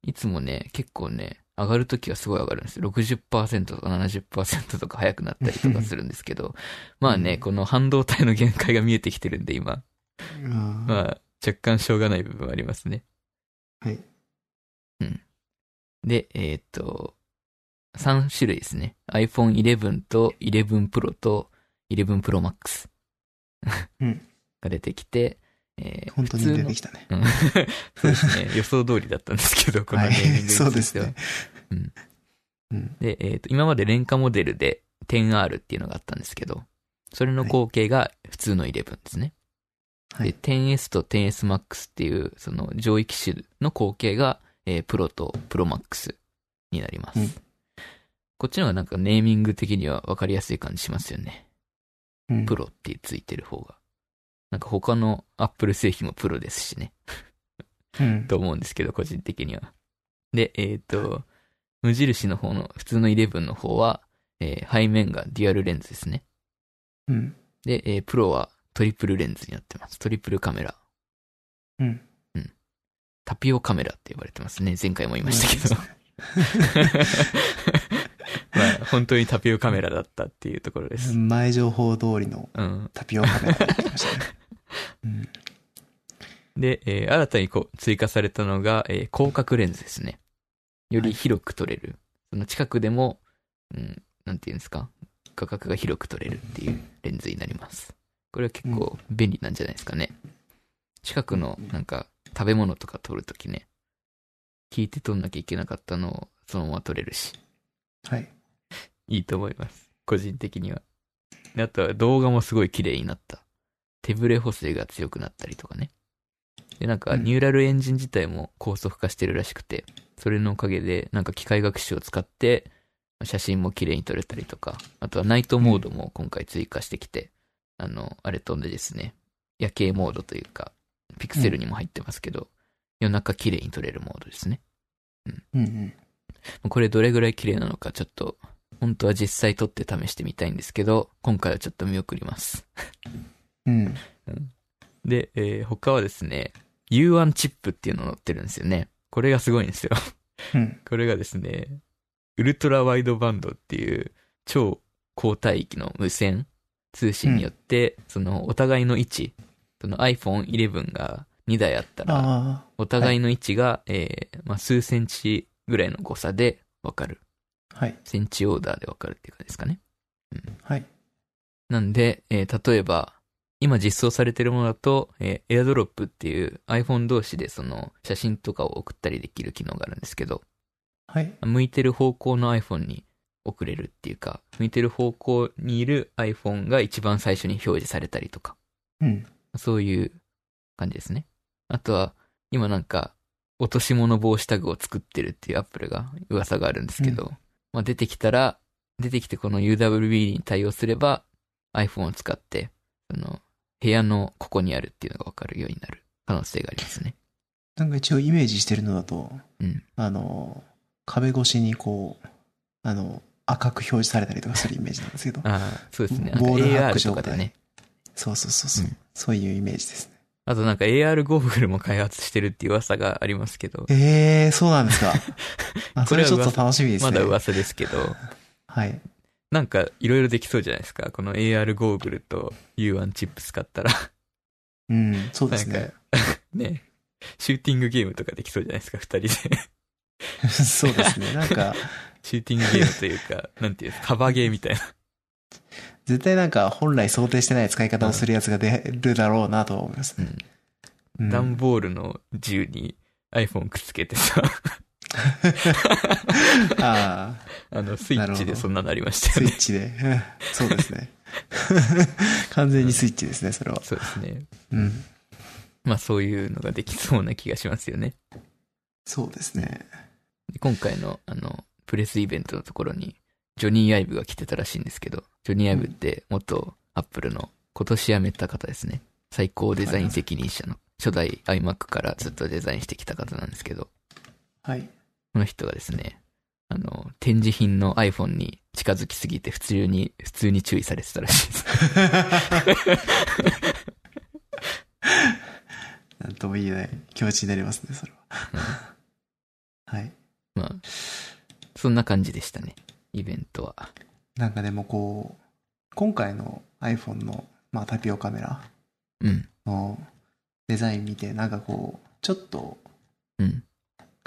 [SPEAKER 2] いつもね、結構ね、上がるときはすごい上がるんですよ。60%とか70%とか速くなったりとかするんですけど、まあね、この半導体の限界が見えてきてるんで今、
[SPEAKER 1] あ
[SPEAKER 2] まあ若干しょうがない部分はありますね。
[SPEAKER 1] はい。
[SPEAKER 2] うん。で、えーっと、3種類ですね。iPhone 11と11 Pro と11 Pro Max
[SPEAKER 1] うん
[SPEAKER 2] が出てきて、えー
[SPEAKER 1] 本当に
[SPEAKER 2] 普通
[SPEAKER 1] 出
[SPEAKER 2] の
[SPEAKER 1] てきたね。
[SPEAKER 2] うんそうですね。予想通りだったんですけど、この
[SPEAKER 1] は
[SPEAKER 2] ネ
[SPEAKER 1] い
[SPEAKER 2] ーミング。については。
[SPEAKER 1] そうですね。
[SPEAKER 2] うん。
[SPEAKER 1] うん。
[SPEAKER 2] で、えっ、と、今まで廉価モデルで 10R っていうのがあったんですけど、それの後継が普通の11ですね。
[SPEAKER 1] はい
[SPEAKER 2] で、10S と 10SMAX っていう、その上位機種の後継が、えープロとプロマックスになります。
[SPEAKER 1] うん
[SPEAKER 2] こっちの方がなんかネーミング的には分かりやすい感じしますよね。
[SPEAKER 1] うん
[SPEAKER 2] プロってついてる方が。なんか他の Apple 製品もプロですしね。
[SPEAKER 1] うん
[SPEAKER 2] と思うんですけど、個人的には。で、えっ、と、無印の方の、普通の11の方は、えー背面がデュアルレンズですね。
[SPEAKER 1] うん。
[SPEAKER 2] で、えープロはトリプルレンズになってます。トリプルカメラ。
[SPEAKER 1] うん。
[SPEAKER 2] うん。タピオカメラって呼ばれてますね。前回も言いましたけど。 まあ、本当にタピオカメラだったっていうところです。
[SPEAKER 1] 前情報通りの
[SPEAKER 2] うん。
[SPEAKER 1] タピオカメラになってきま したね。うん
[SPEAKER 2] で、えー新たにこう追加されたのが、えー広角レンズですね。より広く撮れる。その近くでも、うん、なんていうんですか、画角が広く撮れるっていうレンズになります。これは結構便利なんじゃないですかね。近くの、なんか、食べ物とか撮るときね、聞いて撮んなきゃいけなかったのをそのまま撮れるし、
[SPEAKER 1] はい。
[SPEAKER 2] いいと思います。個人的には。であとは動画もすごい綺麗になった。手ブレ補正が強くなったりとかね。で、なんか
[SPEAKER 1] うん
[SPEAKER 2] ニューラルエンジン自体も高速化してるらしくて、それのおかげでなんか機械学習を使って写真も綺麗に撮れたりとか、あとはナイトモードも今回追加してきて、あの、あれとんでですね、夜景モードというか、ピクセルにも入ってますけど、夜中綺麗に撮れるモードですね。
[SPEAKER 1] うんうん。
[SPEAKER 2] これどれぐらい綺麗なのかちょっと、本当は実際撮って試してみたいんですけど、今回はちょっと見送ります。
[SPEAKER 1] うん。
[SPEAKER 2] で、えー他はですね、U1 チップっていうのが載ってるんですよね。これがすごいんですよ。
[SPEAKER 1] うん。
[SPEAKER 2] これがですね、ウルトラワイドバンドっていう超高帯域の無線通信によって、そのお互いの位置、その iPhone11 が2台あったら、
[SPEAKER 1] あ
[SPEAKER 2] お互いの位置が、えーまあ、数センチぐらいの誤差でわかる。
[SPEAKER 1] あ。はい。
[SPEAKER 2] センチオーダーでわかるっていう感じですかね。
[SPEAKER 1] はい。
[SPEAKER 2] なんで、えー例えば、今実装されてるものだと、えー AirDrop っていう iPhone 同士でその写真とかを送ったりできる機能があるんですけど、
[SPEAKER 1] はい。
[SPEAKER 2] 向いてる方向の iPhone に送れるっていうか、向いてる方向にいる iPhone が一番最初に表示されたりとか、
[SPEAKER 1] うん。
[SPEAKER 2] そういう感じですね。あとは、今なんか、落とし物防止タグを作ってるっていうアップルが噂があるんですけど、まあ出てきたら、出てきてこの UWB に対応すれば iPhone を使って、その、部屋のここにあるっていうのがわかるようになる可能性がありますね。
[SPEAKER 1] なんか一応イメージしてるのだと、
[SPEAKER 2] うん
[SPEAKER 1] あの、壁越しにこう、あの、赤く表示されたりとかするイメージなんですけど。
[SPEAKER 2] ああ、そうですね。なんか
[SPEAKER 1] ボールハック
[SPEAKER 2] AR
[SPEAKER 1] 状
[SPEAKER 2] と
[SPEAKER 1] 態
[SPEAKER 2] かでね。
[SPEAKER 1] そうそうそうそう、
[SPEAKER 2] うん
[SPEAKER 1] そういうイメージですね。
[SPEAKER 2] あとなんか AR ゴーグルも開発してるっていう噂がありますけど、
[SPEAKER 1] ええー、そうなんです か。あ、
[SPEAKER 2] こ
[SPEAKER 1] そ
[SPEAKER 2] れ
[SPEAKER 1] れち
[SPEAKER 2] は噂
[SPEAKER 1] ょっと楽しみです
[SPEAKER 2] ま
[SPEAKER 1] ね。
[SPEAKER 2] だ噂ですけど、
[SPEAKER 1] はい。
[SPEAKER 2] なんかいろいろできそうじゃないですか。この AR ゴーグルと U1 チップ使ったら。
[SPEAKER 1] うん、そうで
[SPEAKER 2] なん
[SPEAKER 1] す
[SPEAKER 2] か
[SPEAKER 1] ね。、
[SPEAKER 2] ね、シューティングゲームとかできそうじゃないです か、二人で。
[SPEAKER 1] そうですね。なんか、
[SPEAKER 2] シューティングゲームというか、なんていうんですか、カバーゲーみたいな。
[SPEAKER 1] 絶対なんか本来想定してない使い方をするやつが出るだろうなとは思いますね。うん
[SPEAKER 2] 段ボールの銃に iPhone くっつけてさ、
[SPEAKER 1] ああ、
[SPEAKER 2] あの、スイ
[SPEAKER 1] なる
[SPEAKER 2] ッ
[SPEAKER 1] ほ
[SPEAKER 2] チで
[SPEAKER 1] ど
[SPEAKER 2] そんなのありました
[SPEAKER 1] スイ
[SPEAKER 2] よね。
[SPEAKER 1] ッチで。 うんそうですね。 完全にスイッチですね、それは。
[SPEAKER 2] そうですね。
[SPEAKER 1] うん。
[SPEAKER 2] まあそういうのができそうな気がしますよね。
[SPEAKER 1] そうですね。
[SPEAKER 2] で今回の、あの、プレスイベントのところに、ジョニー・アイブが来てたらしいんですけど、ジョニー・アイブって元アップルの今年辞めた方ですね。最高デザイン責任者の、初代 iMac からずっとデザインしてきた方なんですけど、
[SPEAKER 1] はい。
[SPEAKER 2] この人がですね、あの、展示品の iPhone に近づきすぎて普通に、普通に注意されてたらしいです。
[SPEAKER 1] なんとも言えない気持ちになりますね、それは。はい。
[SPEAKER 2] まあ、そんな感じでしたね、イベントは。
[SPEAKER 1] なんかでもこう、今回の iPhone の、まあ、タピオカメラ
[SPEAKER 2] うん、
[SPEAKER 1] のデザイン見て、なんかこう、ちょっと
[SPEAKER 2] うん。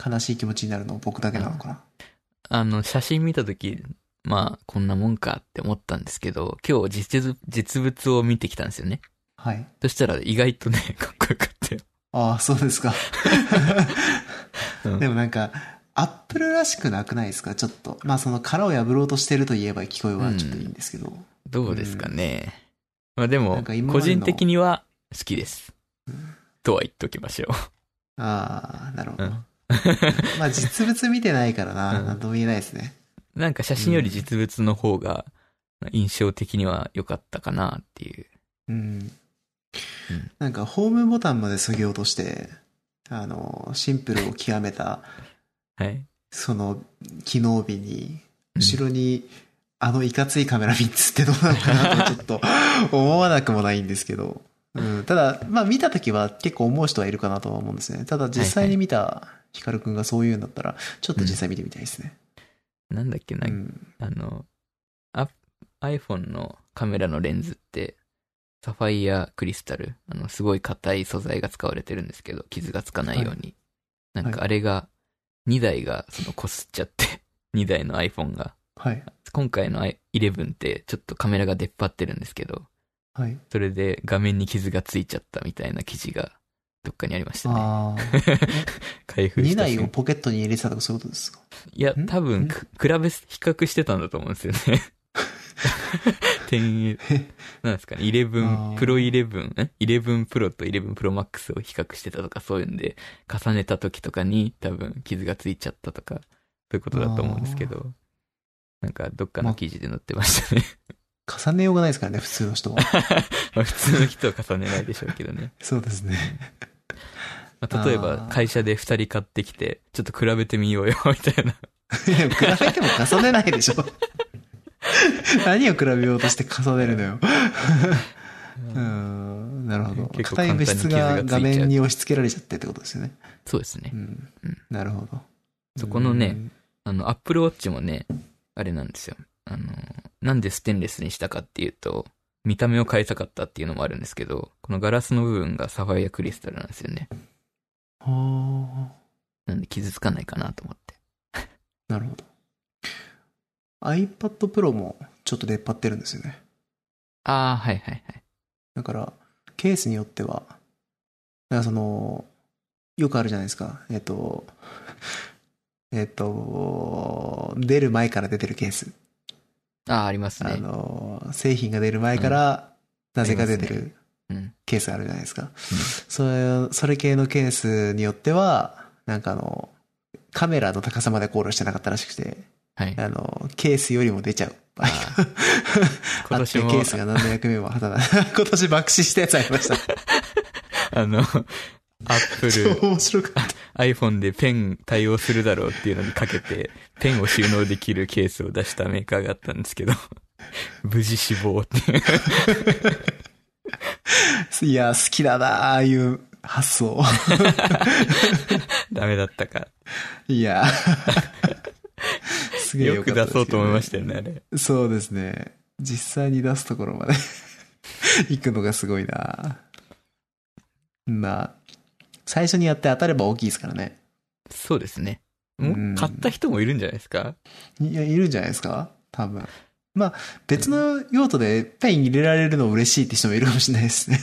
[SPEAKER 1] 悲しい気持ちになるの僕だけなのかな。
[SPEAKER 2] あの、写真見たとき、まあ、こんなもんかって思ったんですけど、今日実物、実物を見てきたんですよね。
[SPEAKER 1] はい。
[SPEAKER 2] そしたら意外とね、 かっこよかったよ。
[SPEAKER 1] ああ、そうですか。
[SPEAKER 2] う ん
[SPEAKER 1] でもなんか、アップルらしくなくないですかちょっと。まあその殻を破ろうとしてると言えば聞こえはちょっといいんですけど。
[SPEAKER 2] どうですかね。まあで
[SPEAKER 1] な
[SPEAKER 2] も
[SPEAKER 1] んか、今ま
[SPEAKER 2] 個
[SPEAKER 1] での
[SPEAKER 2] 人的には、好きです。とは言っておきましょ
[SPEAKER 1] ああ、なるほ
[SPEAKER 2] う。う
[SPEAKER 1] ど。
[SPEAKER 2] ん。
[SPEAKER 1] まあ実物見てないからな、
[SPEAKER 2] うん
[SPEAKER 1] なんとも言えないですね。
[SPEAKER 2] なんか写真より実物の方が印象的には良かったかなっていう。
[SPEAKER 1] うん
[SPEAKER 2] うん。
[SPEAKER 1] なんかホームボタンまで削ぎ落として、あの、シンプルを極めた、
[SPEAKER 2] はい。
[SPEAKER 1] その、機能美に、
[SPEAKER 2] うん
[SPEAKER 1] 後ろに、あのいかついカメラ3つってどうなのかな とちょっと思わなくもないんですけど。うん、ただ、まあ見たときは結構思う人はいるかなとは思うんですね。ただ実際に見たヒカルくんがそういうんだったら、ちょっと実際見てみたいですね。
[SPEAKER 2] なんだっけな、
[SPEAKER 1] うん。
[SPEAKER 2] あの、あ iPhone のカメラのレンズって、サファイアクリスタル、あの、すごい硬い素材が使われてるんですけど、傷がつかないように。なんかあれが、2台が、その、こすっちゃって、2台 の iPhone が。
[SPEAKER 1] はい。
[SPEAKER 2] 今回の i- 11って、ちょっとカメラが出っ張ってるんですけど、
[SPEAKER 1] はい。
[SPEAKER 2] それで画面に傷がついちゃったみたいな記事が、どっかにありましたね。
[SPEAKER 1] ああ。
[SPEAKER 2] 開封
[SPEAKER 1] 2
[SPEAKER 2] した
[SPEAKER 1] 台
[SPEAKER 2] 瞬
[SPEAKER 1] を
[SPEAKER 2] 間
[SPEAKER 1] ポケットに入れてたとかそういうことですか
[SPEAKER 2] いや
[SPEAKER 1] ん、
[SPEAKER 2] 多分
[SPEAKER 1] ん
[SPEAKER 2] く、比べ、比較してたんだと思うんですよね。10なん ですかね、
[SPEAKER 1] あー
[SPEAKER 2] 11、プロ11、え ?11 プロと11プロマックスを比較してたとかそういうんで、重ねた時とかに多分傷がついちゃったとか、そういうことだと思うんですけど、なんかどっかの記事で載ってましたね。
[SPEAKER 1] 重ねようがないですからね、普通の人は。
[SPEAKER 2] まあ普通の人は重ねないでしょうけどね。
[SPEAKER 1] そうですね。
[SPEAKER 2] まあ例えば
[SPEAKER 1] あー
[SPEAKER 2] 会社で2人買ってきて、ちょっと比べてみようよ、みたいな。
[SPEAKER 1] いや比べても重ねないでしょ。何を比べようとして重ねるのよ。うーん、なるほど。
[SPEAKER 2] 結構
[SPEAKER 1] 硬い物質が
[SPEAKER 2] 簡単に傷がついちゃう
[SPEAKER 1] 画面に押し付けられちゃってってことですよね。
[SPEAKER 2] そうですね
[SPEAKER 1] う。ん
[SPEAKER 2] うん。
[SPEAKER 1] なるほど。
[SPEAKER 2] そこのね
[SPEAKER 1] うん、
[SPEAKER 2] あの、Apple Watch もね、あれなんですよ。あの、なんでステンレスにしたかっていうと、見た目を変えたかったっていうのもあるんですけど、このガラスの部分がサファイアクリスタルなんですよね。
[SPEAKER 1] は
[SPEAKER 2] なんで傷つかないかなと思って。
[SPEAKER 1] あ、なるほど。iPad Pro もちょっと出っ張ってるんですよね。
[SPEAKER 2] ああ、はいはいはい。
[SPEAKER 1] だから、ケースによっては、だからその、よくあるじゃないですか。えっと、 えっと、出る前から出てるケース。
[SPEAKER 2] ああ、あります
[SPEAKER 1] あ
[SPEAKER 2] ね。
[SPEAKER 1] の、製品が出る前から、なぜか出て
[SPEAKER 2] あり
[SPEAKER 1] る
[SPEAKER 2] うん。
[SPEAKER 1] ケースがあるじゃないですか。それ、それ系のケースによっては、なんかあの、カメラの高さまで考慮してなかったらしくて、
[SPEAKER 2] はい。
[SPEAKER 1] あの、ケースよりも出ちゃう。
[SPEAKER 2] あ ー今年
[SPEAKER 1] あ
[SPEAKER 2] も
[SPEAKER 1] ってケースが何の役目も果たない。 今年爆死したやつありました。
[SPEAKER 2] あの、Apple
[SPEAKER 1] 超面白かった。
[SPEAKER 2] iPhone でペン対応するだろうっていうのにかけて、ペンを収納できるケースを出したメーカーがあったんですけど、 無事死亡っていう。
[SPEAKER 1] いや、好きだな、ああいう発想。
[SPEAKER 2] ダメだったか。
[SPEAKER 1] い や。すげえ
[SPEAKER 2] よく
[SPEAKER 1] 良かっ
[SPEAKER 2] 出
[SPEAKER 1] た
[SPEAKER 2] そ
[SPEAKER 1] ですけどね
[SPEAKER 2] うと思いましたよね、あれ。
[SPEAKER 1] そうですね。実際に出すところまで 行くのがすごいな。まあ、最初にやって当たれば大きいですからね。
[SPEAKER 2] そうですね。
[SPEAKER 1] うん
[SPEAKER 2] もう買った人もいるんじゃないですか
[SPEAKER 1] いや、いるんじゃないですか多分。まあ、別の用途でペン入れられるの嬉しいって人もいるかもしれない ですね。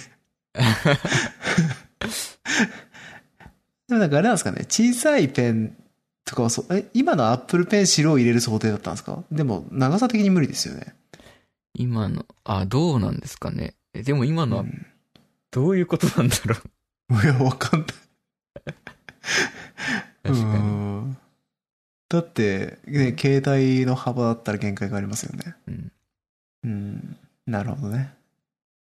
[SPEAKER 1] でもなんかあれなんですかね、小さいペンとかはそう、え、今のアップルペンシルを入れる想定だったんですかでも、長さ的に無理ですよね。
[SPEAKER 2] 今の、あ、どうなんですかね。えでも今のは
[SPEAKER 1] うん
[SPEAKER 2] どういうことなんだろう。
[SPEAKER 1] いや、わかんない。
[SPEAKER 2] 確かに。
[SPEAKER 1] に。だって、ね、携帯の幅だったら限界がありますよね。
[SPEAKER 2] うん
[SPEAKER 1] うん。なるほどね。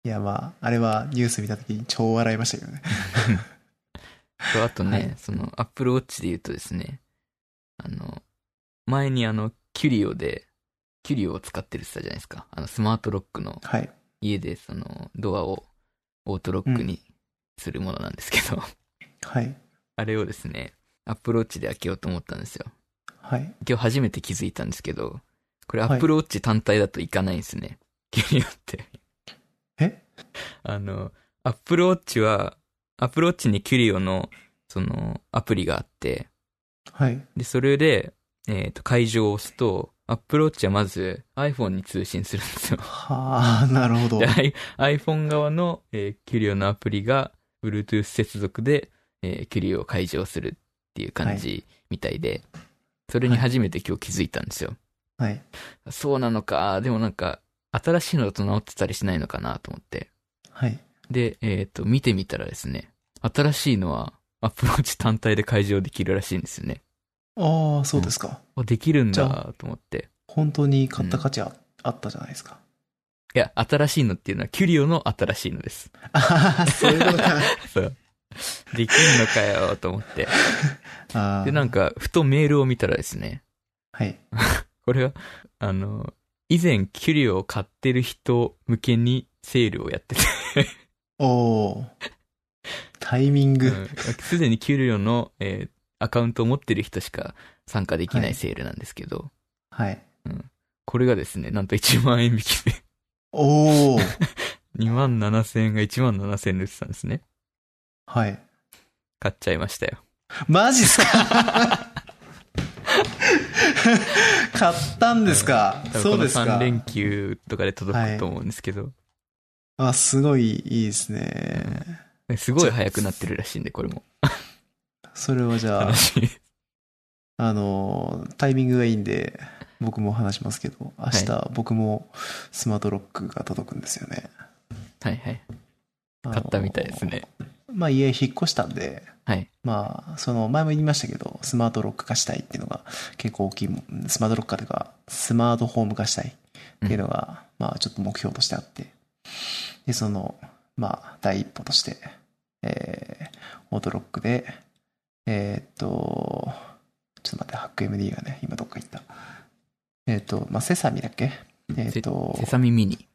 [SPEAKER 1] いや、まあ、あれはニュース見た時に超笑いましたけどね。
[SPEAKER 2] とあとね、
[SPEAKER 1] はい
[SPEAKER 2] その、Apple Watch で言うとですね、あの、前にあの、キュリオで、キュリオを使ってるって言ったじゃないですか。あの、スマートロックの、
[SPEAKER 1] はい。
[SPEAKER 2] 家でその、ドアをオートロックにするものなんですけど、
[SPEAKER 1] はい。
[SPEAKER 2] あれをですね、Apple Watch で開けようと思ったんですよ。
[SPEAKER 1] はい。
[SPEAKER 2] 今日初めて気づいたんですけど、これア
[SPEAKER 1] はい
[SPEAKER 2] ップルウォッチ単体だといかないんですね。キュリオって。
[SPEAKER 1] え
[SPEAKER 2] あの、アップルウォッチは、アップルウォッチにキュリオの、その、アプリがあって、
[SPEAKER 1] はい。
[SPEAKER 2] で、それで、えっ、と、会場を押すと、アップルウォッチはまず iPhone に通信するんですよ。
[SPEAKER 1] はあ、なるほど。
[SPEAKER 2] で、I- iPhone 側の、えーキュリオのアプリが、Bluetooth 接続で、えーキュリオを会場するっていう感じみたいで、それに初めて今日気づいたんですよ。
[SPEAKER 1] はい。
[SPEAKER 2] そうなのか。でもなんか、新しいのだと直ってたりしないのかなと思って。
[SPEAKER 1] はい。
[SPEAKER 2] で、えっ、と、見てみたらですね、新しいのはアプローチ単体で解錠できるらしいんですよね。
[SPEAKER 1] ああ、そうですか。
[SPEAKER 2] あできるん
[SPEAKER 1] じ
[SPEAKER 2] だ
[SPEAKER 1] ゃ
[SPEAKER 2] と思って。
[SPEAKER 1] 本当に買った価値あ,、あったじゃないですか。
[SPEAKER 2] いや、新しいのっていうのはキュリオの新しいのです。
[SPEAKER 1] ああ、 そういうこと か。
[SPEAKER 2] そう。できるのかよと思って。
[SPEAKER 1] ああ。
[SPEAKER 2] で、なんか、ふとメールを見たらですね、
[SPEAKER 1] はい。
[SPEAKER 2] これは、あの、以前キュリオを買ってる人向けにセールをや ってて、
[SPEAKER 1] おお。タイミング。
[SPEAKER 2] うんすでにキュリオの、えーアカウントを持ってる人しか参加できな
[SPEAKER 1] はいい
[SPEAKER 2] セールなんですけど、
[SPEAKER 1] はい。
[SPEAKER 2] これがですね、なんと1万円引きで、
[SPEAKER 1] おお。
[SPEAKER 2] 2万7千円が1万7千円で売ってたんですね。
[SPEAKER 1] はい。
[SPEAKER 2] 買っちゃいましたよ。
[SPEAKER 1] マジっ すか買ったんですか、
[SPEAKER 2] 多分
[SPEAKER 1] そう
[SPEAKER 2] この
[SPEAKER 1] です
[SPEAKER 2] 3
[SPEAKER 1] か
[SPEAKER 2] 連休とかで届くと思うんですけど、
[SPEAKER 1] あ、すごいいいですね。
[SPEAKER 2] すごい早くなってるらしいんで、これも。
[SPEAKER 1] それはじゃあ
[SPEAKER 2] 楽、しい。
[SPEAKER 1] あの、タイミングがいいんで、僕も話しますけど、明日、僕もスマートロックが届くんですよね。
[SPEAKER 2] はいはい。
[SPEAKER 1] あの
[SPEAKER 2] 買ったみたいですね。
[SPEAKER 1] まあ家引っ越したんで、
[SPEAKER 2] はい。
[SPEAKER 1] まあ、その前も言いましたけど、スマートロック化したいっていうのが結構大きいもん、スマートロック化というか、スマートホーム化したいっていうのが、まあちょっと目標としてあって、で、その、まあ第一歩として、えー、オートロックで、えーっと、ちょっと待って、ハック MD がね、今どっか行った。えーっと、まあセサミだっけえーっと、
[SPEAKER 2] セサミミニ。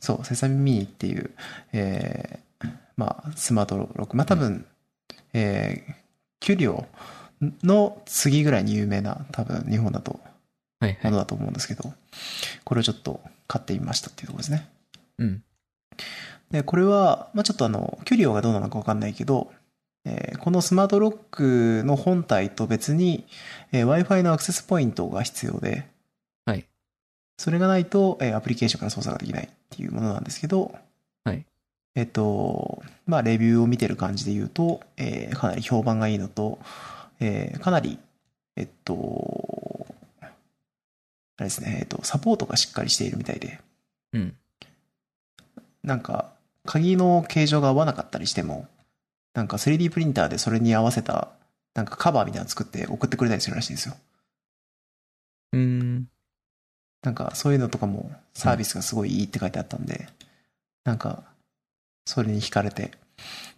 [SPEAKER 1] そう、セサミミニっていう、えーまあ、スマートロック。まあ、多分、えーキュリオの次ぐらいに有名な、多分、日本だと、
[SPEAKER 2] はいは
[SPEAKER 1] も
[SPEAKER 2] い。
[SPEAKER 1] のだと思うんですけど、これをちょっと買ってみましたっていうところですね。
[SPEAKER 2] うん。
[SPEAKER 1] で、これは、まあ、ちょっとあの、キュリオがどうなのかわかんないけど、えーこのスマートロックの本体と別に、えー Wi-Fi のアクセスポイントが必要で、
[SPEAKER 2] はい。
[SPEAKER 1] それがないと、えーアプリケーションから操作ができないっていうものなんですけど、
[SPEAKER 2] はい。
[SPEAKER 1] えっと、まあ、レビューを見てる感じで言うと、えーかなり評判がいいのと、えーかなり、えっと、あれですね、えっと、サポートがしっかりしているみたいで、
[SPEAKER 2] うん。
[SPEAKER 1] なんか、鍵の形状が合わなかったりしても、なんか 3D プリンターでそれに合わせた、なんかカバーみたいなの作って送ってくれたりするらしいんですよ。
[SPEAKER 2] うーん。
[SPEAKER 1] なんかそういうのとかもサービスがすごいいいって書いてあったんで、なんか、それに惹かれて、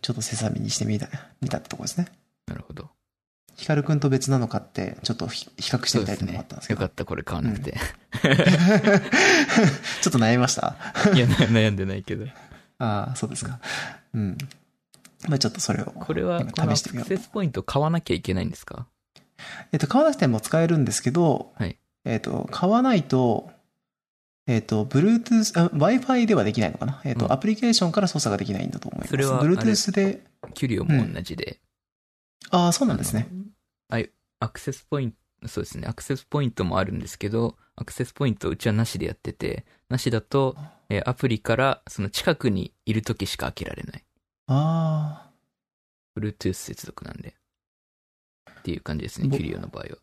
[SPEAKER 1] ちょっとセサミにしてみた、見たってとこですね。
[SPEAKER 2] なるほど。
[SPEAKER 1] ヒカルくんと別なのかって、ちょっとひ比較して
[SPEAKER 2] そう
[SPEAKER 1] みた
[SPEAKER 2] で
[SPEAKER 1] いって
[SPEAKER 2] す
[SPEAKER 1] のもあ
[SPEAKER 2] ね
[SPEAKER 1] ったんです。け
[SPEAKER 2] よ
[SPEAKER 1] ど。
[SPEAKER 2] かった、これ買わなくて。
[SPEAKER 1] ちょっと悩みました
[SPEAKER 2] いや、な悩んでないけど。
[SPEAKER 1] ああ、そうですか。うん。まあちょっとそれを。
[SPEAKER 2] これは、このア
[SPEAKER 1] 試
[SPEAKER 2] ク
[SPEAKER 1] してみよう
[SPEAKER 2] セスポイント買わなきゃいけないんですか
[SPEAKER 1] えっと、買わなくても使えるんですけど、
[SPEAKER 2] はい
[SPEAKER 1] えっと、買わないと、えっと、Bluetooth、あ Wi-Fi ではできないのかなえっと、
[SPEAKER 2] うん
[SPEAKER 1] アプリケーションから操作ができないんだと思います。
[SPEAKER 2] それはあれ
[SPEAKER 1] Bluetooth で、
[SPEAKER 2] キュリオも同じで。
[SPEAKER 1] ああ、そうなんですね。
[SPEAKER 2] あの。あアクセスポイント、そうですね。アクセスポイントもあるんですけど、アクセスポイントうちはなしでやってて、なしだと、えーアプリからその近くにいる時しか開けられない。
[SPEAKER 1] あ
[SPEAKER 2] Bluetooth 接続なんで。っていう感じですね、
[SPEAKER 1] ぼ
[SPEAKER 2] キュリオの場合は。
[SPEAKER 1] あ、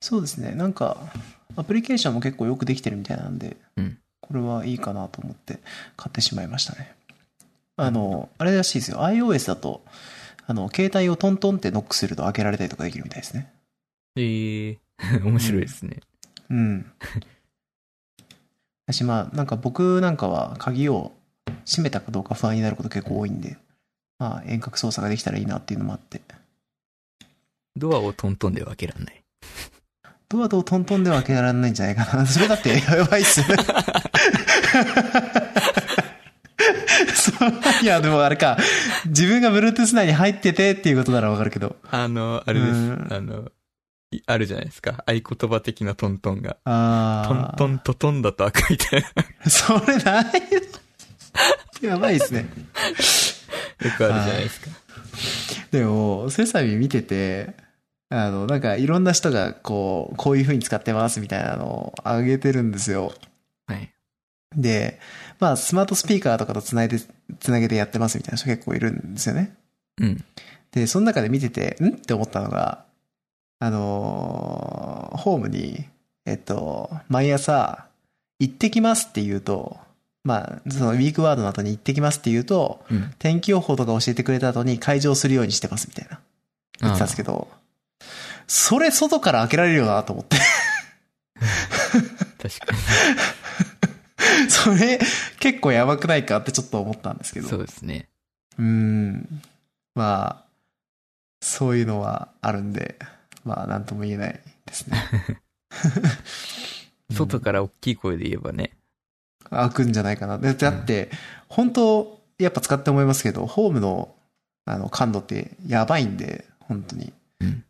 [SPEAKER 1] そうですね。なんか、アプリケーションも結構よくできてるみたいなんで、
[SPEAKER 2] うん
[SPEAKER 1] これはいいかなと思って買ってしまいましたね。あの、あれらしいですよ。iOS だと、あの、携帯をトントンってノックすると開けられたりとかできるみたいですね。
[SPEAKER 2] えー、 面白いですね。
[SPEAKER 1] うん。私まあ、なんか僕なんかは鍵を閉めたかどうか不安になること結構多いんで、まあ遠隔操作ができたらいいなっていうのもあって、
[SPEAKER 2] ドアをトントンでは開けられない。
[SPEAKER 1] ドアとトントンでは開けられないんじゃないかな。そ れだってやばいっすよね。 そういや、でもあれか、自分が Bluetooth 内に入っててっていうことならわかるけど。
[SPEAKER 2] あの、あれです
[SPEAKER 1] う。ん
[SPEAKER 2] あの、いあるじゃないですか。合言葉的なトントンが。トン
[SPEAKER 1] ああ。
[SPEAKER 2] トントトンだと開くみ たいな。よ
[SPEAKER 1] それない のやばいっすね。
[SPEAKER 2] くあるじゃないですか。
[SPEAKER 1] でも、セサミ見てて、あの、なんかいろんな人がこう、こういう風に使ってますみたいなのを上げてるんですよ。
[SPEAKER 2] はい。
[SPEAKER 1] で、まあスマートスピーカーとかとつないで、つなげてやってますみたいな人結構いるんですよね。
[SPEAKER 2] うん。
[SPEAKER 1] で、その中で見てて、んって思ったのが、あのーホームに、えっと、毎朝、行ってきますって言うと、まあ、そのウィークワードの後に行ってきますって言うと、
[SPEAKER 2] うん。
[SPEAKER 1] 天気予報とか教えてくれた後に会場するようにしてますみたいな。言ってたんですけど、それ外から開けられるよなと思って。
[SPEAKER 2] 確か
[SPEAKER 1] それ結構やばくないかってちょっと思ったんですけ
[SPEAKER 2] に。
[SPEAKER 1] ど。
[SPEAKER 2] そう
[SPEAKER 1] う
[SPEAKER 2] ですね。
[SPEAKER 1] ん。まあ、そういうのはあるんで、まあなんとも言えないですね。うん
[SPEAKER 2] 外から大きい声で言えばね。
[SPEAKER 1] 開くんじゃないかな。でだって、本当やっぱ使って思いますけど、ホームの、あの、感度ってやばいんで、本当に。
[SPEAKER 2] うん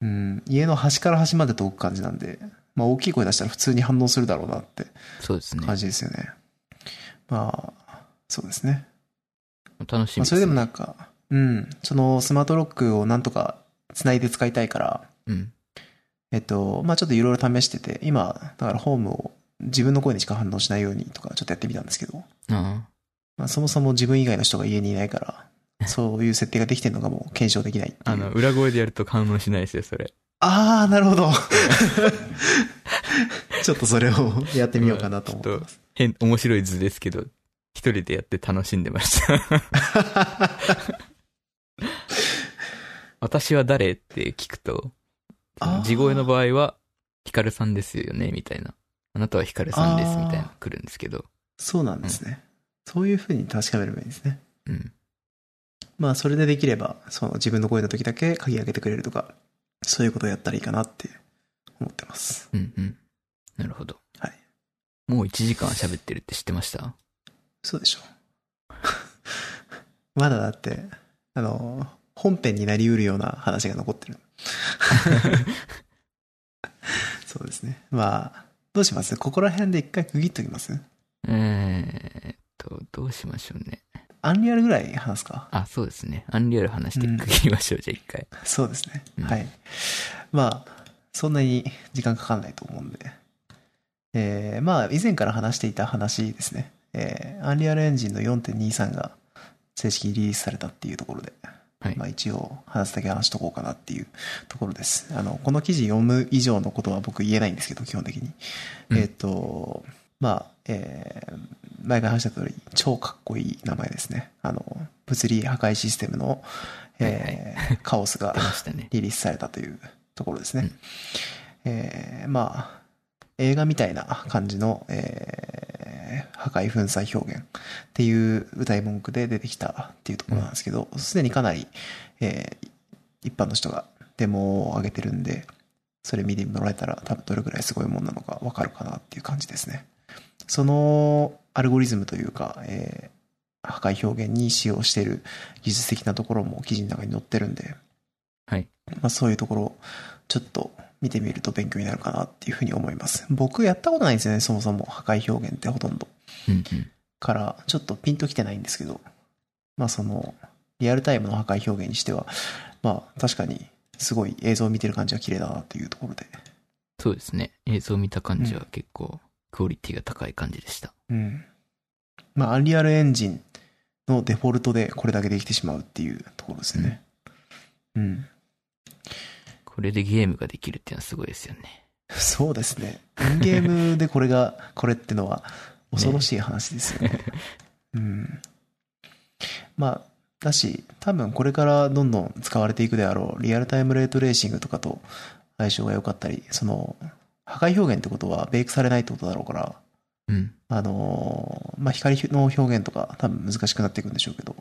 [SPEAKER 1] うん。家の端から端まで遠く感じなんで、まあ大きい声出したら普通に反応するだろうなって
[SPEAKER 2] そうですね。
[SPEAKER 1] 感じですよね。まあ、そうですね。
[SPEAKER 2] 楽しみ
[SPEAKER 1] まあ、
[SPEAKER 2] です、
[SPEAKER 1] それ
[SPEAKER 2] ね。
[SPEAKER 1] でもなんか、うん、そのスマートロックをなんとか繋いで使いたいから、
[SPEAKER 2] うん。
[SPEAKER 1] えっと、まあちょっといろいろ試してて、今、だからホームを自分の声にしか反応しないようにとかちょっとやってみたんですけど、
[SPEAKER 2] ああ。
[SPEAKER 1] まあ、そもそも自分以外の人が家にいない から、そういう設定ができてるのがもう検証できないっていう。
[SPEAKER 2] あの、裏声でやると反応しないですよ、それ。
[SPEAKER 1] あー、なるほど。ちょっとそれをやってみようかなと思ってます。
[SPEAKER 2] 変、 面白い図ですけど、一人でやって楽しんでま した。私は誰って聞くと、
[SPEAKER 1] あー
[SPEAKER 2] 地声の場合は、ヒカルさんですよね、みたいな。あなたはヒカルさんです、みたいな、来るんですけど。
[SPEAKER 1] そうなんですね。そういうふうに確かめればいいですね。
[SPEAKER 2] うん。
[SPEAKER 1] まあ、それでできれば、その自分の声の時だけ鍵開けてくれるとか、そういうことをやったらいいかなって思ってます。
[SPEAKER 2] うんうん。なるほど。
[SPEAKER 1] はい。
[SPEAKER 2] もう1時間喋ってるって知ってました
[SPEAKER 1] そうでしょ う。まだだって、あの、本編になりうるような話が残ってる。 そうですね。まあ、どうしますここら辺で一回区切っときます
[SPEAKER 2] えーっと、どうしましょうね。
[SPEAKER 1] アンリアルぐらい話すか
[SPEAKER 2] あ、そうですね。アンリアル話して区切りましょう、じゃあ一回。
[SPEAKER 1] そうですね。
[SPEAKER 2] うん
[SPEAKER 1] はい。まあ、そんなに時間かかんないと思うんで。えー、まあ、以前から話していた話ですね。えー、アンリアルエンジンの4.23が正式にリリースされたっていうところで。
[SPEAKER 2] はい
[SPEAKER 1] まあ一応話すだけ話しとこうかなっていうところです。あの、この記事読む以上のことは僕言えないんですけど、基本的に。
[SPEAKER 2] うん
[SPEAKER 1] えっ、と、まあ、えー前から話した通り、超かっこいい名前ですね。あの、物理破壊システムの、えーカオスが
[SPEAKER 2] 出ましたね。
[SPEAKER 1] リリースされたというところですね。えーまあ、映画みたいな感じの、えー破壊粉砕表現っていう歌い文句で出てきたっていうところなんですけど、すでにかなり、えー一般の人がデモを上げてるんで、それ見てもらえたら多分どれぐらいすごいもんなのかわかるかなっていう感じですね。そのアルゴリズムというか、えー破壊表現に使用している技術的なところも記事の中に載ってるんで、
[SPEAKER 2] はい。
[SPEAKER 1] まあ、そういうところをちょっと見てみると勉強になるかなっていうふうに思います。僕やったことないんですよね、そもそも破壊表現ってほとんど。
[SPEAKER 2] うんうん。
[SPEAKER 1] からちょっとピンときてないんですけど、まあその、リアルタイムの破壊表現にしては、まあ確かにすごい映像を見てる感じは綺麗だなっていうところで。
[SPEAKER 2] そうですね。映像見た感じは結構、クオリティが高い感じでした。
[SPEAKER 1] うん。まあ、アンリアルエンジンのデフォルトでこれだけできてしまうっていうところですよね。うん。
[SPEAKER 2] これでゲームができるっていうのはすごいですよね。
[SPEAKER 1] そうですね。インゲームでこれが、これってのは恐ろしい話ですよね。うん。まあ、だし、多分これからどんどん使われていくであろう、リアルタイムレートレーシングとかと相性が良かったり、その、破壊表現ってことはベイクされないってことだろうから、
[SPEAKER 2] うん。
[SPEAKER 1] あのーまあ、光の表現とか多分難しくなっていくんでしょうけど、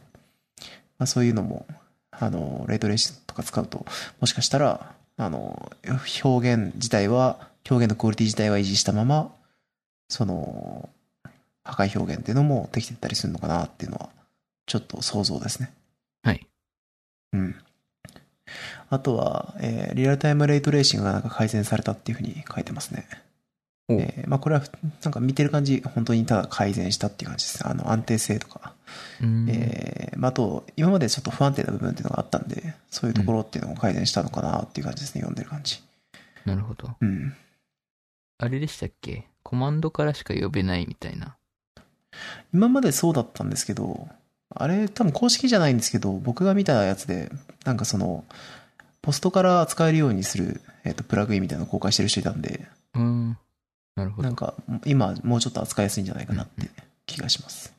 [SPEAKER 1] まあ、そういうのも、あのーレートレーシングとか使うと、もしかしたら、あのー表現自体は、表現のクオリティ自体は維持したまま、その、破壊表現っていうのもできてったりするのかなっていうのは、ちょっと想像ですね。
[SPEAKER 2] はい。
[SPEAKER 1] うん。あとは、えーリアルタイムレートレーシングがなんか改善されたっていうふうに書いてますね。
[SPEAKER 2] おう
[SPEAKER 1] えーまあこれは、なんか見てる感じ、本当にただ改善したっていう感じです。あの、安定性とか。
[SPEAKER 2] うーん
[SPEAKER 1] えーまああと、今までちょっと不安定な部分っていうのがあったんで、そういうところっていうのを改善したのかなっていう感じですね、読んでる感じ。
[SPEAKER 2] なるほど。
[SPEAKER 1] うん。
[SPEAKER 2] あれでしたっけコマンドからしか呼べないみたいな。
[SPEAKER 1] 今までそうだったんですけど、あれ多分公式じゃないんですけど、僕が見たやつで、なんかその、ポストから使えるようにする、えっ、と、プラグインみたいなのを公開してる人いたんで、
[SPEAKER 2] うーん。なるほ
[SPEAKER 1] な
[SPEAKER 2] ど
[SPEAKER 1] ん。か、今、もうちょっと扱いやすいんじゃないかなって気がします。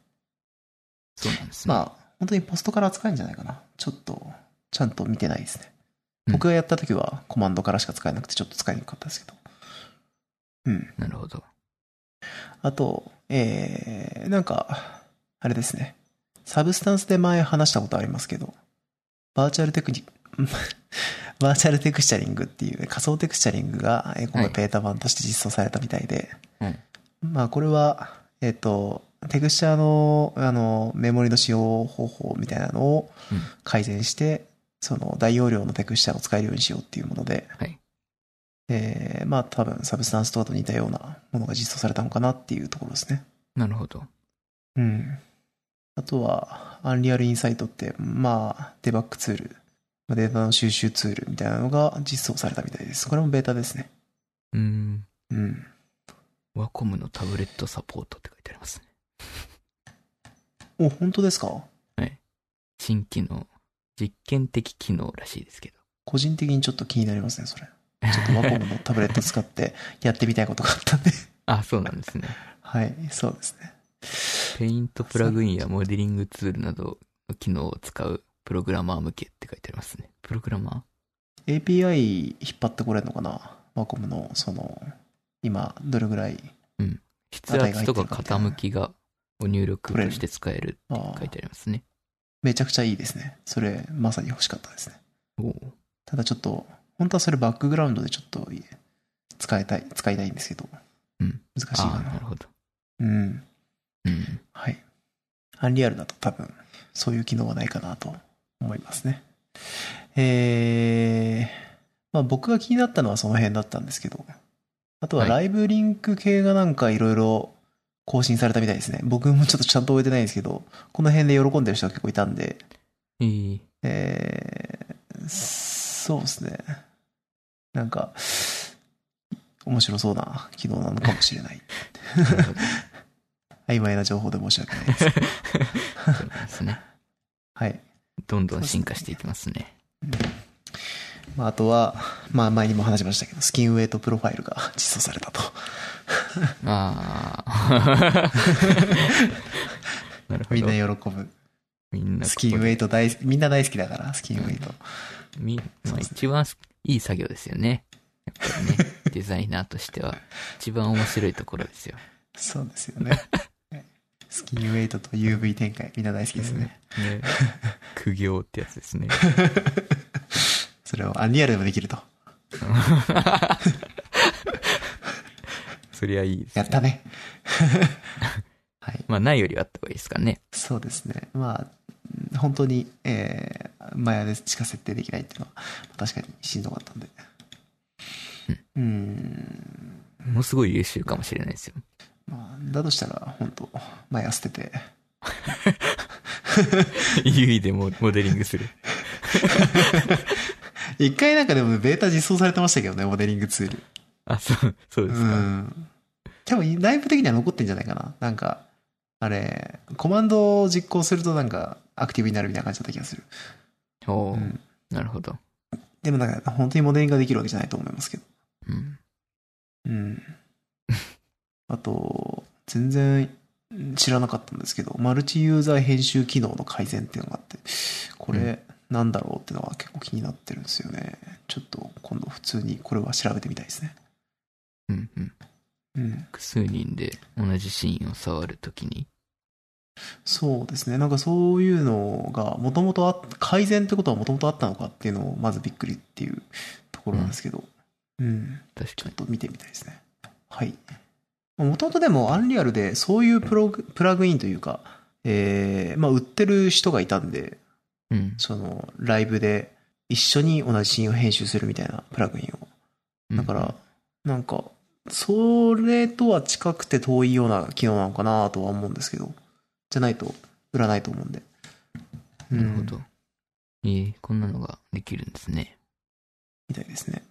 [SPEAKER 2] そうなんですね。
[SPEAKER 1] まあ、本当にポストから扱えるんじゃないかな。ちょっと、ちゃんと見てないですね。
[SPEAKER 2] うん
[SPEAKER 1] 僕がやった時はコマンドからしか使えなくてちょっと使いにくかったですけど。うん。
[SPEAKER 2] なるほど。
[SPEAKER 1] あと、えー、なんか、あれですね。サブスタンスで前話したことありますけど、バーチャルテクニ、 バーチャルテクスチャリングっていう仮想テクスチャリングが、えー今
[SPEAKER 2] は
[SPEAKER 1] 回
[SPEAKER 2] い
[SPEAKER 1] ペータ版として実装されたみたいで、
[SPEAKER 2] うん
[SPEAKER 1] まあこれは、えっ、と、テクスチャのあのメモリの使用方法みたいなのを
[SPEAKER 2] うん
[SPEAKER 1] 改善して、その大容量のテクスチャを使えるようにしようっていうもので、
[SPEAKER 2] はい。
[SPEAKER 1] えーまあ多分サブスタンスとかと似たようなものが実装されたのかなっていうところですね。
[SPEAKER 2] なるほど。
[SPEAKER 1] うん。あとは、アンリアルインサイトって、まあ、デバッグツール、まあデータの収集ツールみたいなのが実装されたみたいです。これもベータですね。
[SPEAKER 2] うーん。
[SPEAKER 1] うん。
[SPEAKER 2] ワコムのタブレットサポートって書いてありますね。
[SPEAKER 1] お、本当ですか
[SPEAKER 2] 新機能、実験的機能らしいですけど。
[SPEAKER 1] 個人的にちょっと気になりますね、それ。ちょっとワコムのタブレット使って やってみたいことがあったんで。
[SPEAKER 2] あ、そうなんですね。
[SPEAKER 1] はい、そうですね。
[SPEAKER 2] ペイントプラグインやモデリングツールなどの機能を使うプログラマー向けって書いてありますね。プログラマ
[SPEAKER 1] API 引っ張ってこれるのかなワコムの、その、今、どれぐらい
[SPEAKER 2] ー筆圧とか傾きがを入力として使える
[SPEAKER 1] あ
[SPEAKER 2] って
[SPEAKER 1] あ
[SPEAKER 2] 書いてありますね。
[SPEAKER 1] めちゃくちゃいいですね。それ、まさに欲しかったですね。
[SPEAKER 2] おお。
[SPEAKER 1] ただちょっと、本当はそれバックグラウンドでちょっと使いたい、使いたいんですけど、
[SPEAKER 2] うん
[SPEAKER 1] 難しいか
[SPEAKER 2] ああ、な
[SPEAKER 1] な。
[SPEAKER 2] るほど。
[SPEAKER 1] うん。
[SPEAKER 2] うん。
[SPEAKER 1] はい。アンリアルだと多分、そういう機能はないかなと思いますね。えー、まあ僕が気になったのはその辺だったんですけど、あとは
[SPEAKER 2] はい
[SPEAKER 1] ライブリンク系がなんかいろいろ更新されたみたいですね。僕もちょっとちゃんと終えてないんですけど、この辺で喜んでる人が結構いたんで、
[SPEAKER 2] えー、
[SPEAKER 1] えーそうですね。なんか、面白そうな機能なのかもしれない。
[SPEAKER 2] なるほど。
[SPEAKER 1] 曖昧な情報で申し訳ないです。
[SPEAKER 2] そうなんですね。
[SPEAKER 1] はい。
[SPEAKER 2] どんどん進化していきますね。
[SPEAKER 1] まあ、あとは、まあ、前にも話しましたけど、スキンウェイトプロファイルが実装されたと。
[SPEAKER 2] あ あ。なるほ
[SPEAKER 1] みん
[SPEAKER 2] ど。
[SPEAKER 1] な喜ぶ。
[SPEAKER 2] みんな
[SPEAKER 1] スキンウェイト大好き、みんな大好きだから、スキンウェイト。
[SPEAKER 2] み、ま
[SPEAKER 1] そう
[SPEAKER 2] あ、
[SPEAKER 1] ですね
[SPEAKER 2] 一番いい作業ですよね。やっぱりね、 デザイナーとしては、一番面白いところですよ。
[SPEAKER 1] そうですよね。スキンウェイトと UV 展開、みんな大好きですね。
[SPEAKER 2] ね。苦行ってやつですね。
[SPEAKER 1] それをアンリアルでもできると。
[SPEAKER 2] そりゃいいです
[SPEAKER 1] やっ
[SPEAKER 2] ね。
[SPEAKER 1] たね。 はい。
[SPEAKER 2] まあ、ないよりはあった方がいいですかね。
[SPEAKER 1] そうですね。まあうん、本当に、えー、前でしか設定できないっていうのは、確かにしんどかったんで。うーん。
[SPEAKER 2] ものすごい優秀かもしれない ですよ。
[SPEAKER 1] まあ、だとしたら、本当前は捨てて、
[SPEAKER 2] 優位でモモデリングす る。
[SPEAKER 1] 一回なんかでもベータ実装されてましたけどね、モデリングツール。
[SPEAKER 2] あ、そう、そう
[SPEAKER 1] う
[SPEAKER 2] ですか。
[SPEAKER 1] ん。多分、内部的には残ってんじゃないかな。なんか、あれ、コマンドを実行するとなんか、アクティブになるみたいな感じだった気がする。
[SPEAKER 2] お
[SPEAKER 1] う
[SPEAKER 2] ー
[SPEAKER 1] ん。
[SPEAKER 2] なるほど。
[SPEAKER 1] でもなんか、本当にモデリングができるわけじゃないと思いますけど。
[SPEAKER 2] うん。
[SPEAKER 1] うん。あと、全然うん知らなかったんですけど、マルチユーザー編集機能の改善っていうのがあって、こ
[SPEAKER 2] う
[SPEAKER 1] れなんだろうってのは結構気になってるんですよね。ちょっと今度普通にこれは調べてみたいですね。
[SPEAKER 2] うんうん。
[SPEAKER 1] うん。
[SPEAKER 2] 複数人で同じシーンを触るときに。
[SPEAKER 1] そうですね。なんかそういうのが、もともとあっ改善ってことはもともとあったのかっていうのをまずびっくりっていうところなんですけど、うん
[SPEAKER 2] 確
[SPEAKER 1] ちょ
[SPEAKER 2] か
[SPEAKER 1] っ
[SPEAKER 2] に。
[SPEAKER 1] と見てみたいですね。はい。もともとでも、アンリアルでそういうプログプラグインというか、えーまあ、売ってる人がいたんで、
[SPEAKER 2] うん。
[SPEAKER 1] その、ライブで一緒に同じシーンを編集するみたいなプラグインを。だから、なんか、それとは近くて遠いような機能なのかなとは思うんですけど、じゃないと売らないと思うんで。う
[SPEAKER 2] うんん、なるほど。えー、こんなのができるんですね。
[SPEAKER 1] みたいですね。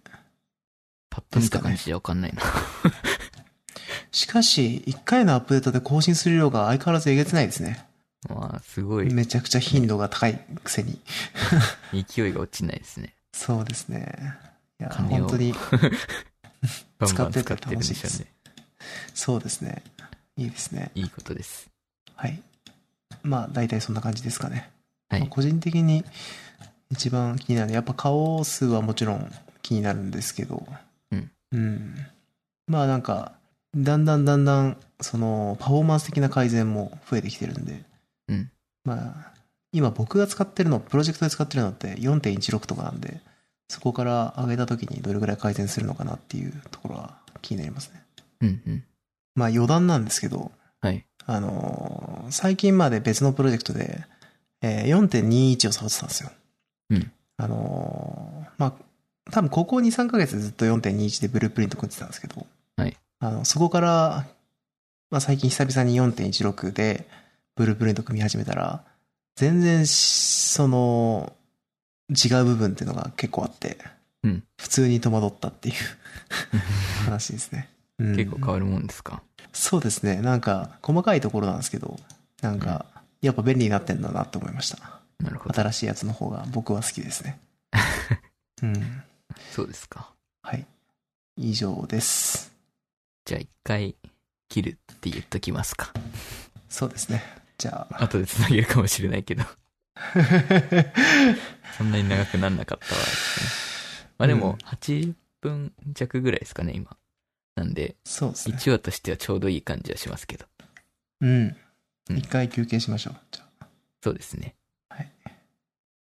[SPEAKER 2] パッと見た感じじゃわかんないな。
[SPEAKER 1] しかし、1回のアップデートで更新する量が相変わらずえげつないですね。
[SPEAKER 2] まあ、すごい
[SPEAKER 1] めちゃくちゃ頻度が高いくせに。
[SPEAKER 2] 勢いが落ちないですね。
[SPEAKER 1] そうですね。いや、
[SPEAKER 2] 金を
[SPEAKER 1] 本当に、
[SPEAKER 2] バンバン
[SPEAKER 1] 使
[SPEAKER 2] 使
[SPEAKER 1] っ
[SPEAKER 2] ってて
[SPEAKER 1] て
[SPEAKER 2] るんでしょ
[SPEAKER 1] 楽し
[SPEAKER 2] うね。
[SPEAKER 1] そうですね。いいですね。
[SPEAKER 2] いいことです。
[SPEAKER 1] はい。まあ、大体そんな感じですかね。
[SPEAKER 2] はい
[SPEAKER 1] まあ個人的に一番気になるのは、やっぱ顔数はもちろん気になるんですけど、
[SPEAKER 2] うん。
[SPEAKER 1] うん。まあなんか、だんだんだんだん、その、パフォーマンス的な改善も増えてきてるんで、
[SPEAKER 2] うん。
[SPEAKER 1] まあ、今僕が使ってるの、プロジェクトで使ってるのって4.16とかなんで、そこから上げた時にどれぐらい改善するのかなっていうところは気になりますね。
[SPEAKER 2] うんうん。
[SPEAKER 1] まあ余談なんですけど、
[SPEAKER 2] はい。
[SPEAKER 1] あのー最近まで別のプロジェクトで、えー4.21を触ってたんですよ。
[SPEAKER 2] うん
[SPEAKER 1] あのーまあ、多分ここ2、3ヶ月ずっと4.21でブループリント組んでたんですけど、
[SPEAKER 2] はい
[SPEAKER 1] あの、そこから、まあ、最近久々に4.16でブループリント組み始めたら、全然し、その、違う部分っていうのが結構あって、
[SPEAKER 2] うん
[SPEAKER 1] 普通に戸惑ったっていう 話ですね。うん
[SPEAKER 2] 結構変わるもんですか。
[SPEAKER 1] そうですね。なんか、細かいところなんですけど、なんか、やっぱ便利になってんだなと思いました。
[SPEAKER 2] なるほど。
[SPEAKER 1] 新しいやつの方が僕は好きです ね。うん。
[SPEAKER 2] そうですか。
[SPEAKER 1] はい。以上です。
[SPEAKER 2] じゃあ一回切るって言っときますか。
[SPEAKER 1] そうですね。じゃあ。
[SPEAKER 2] 後で繋げるかもしれないけど、 そんなに長くなんなかったわ、まあで
[SPEAKER 1] うん
[SPEAKER 2] も、8分弱ぐらいですかね、今。なんで、
[SPEAKER 1] そうですね。
[SPEAKER 2] 1話としてはちょうどいい感じはしますけど。
[SPEAKER 1] うん。
[SPEAKER 2] うん
[SPEAKER 1] 一回休憩しましょう。じゃあ
[SPEAKER 2] そうですね。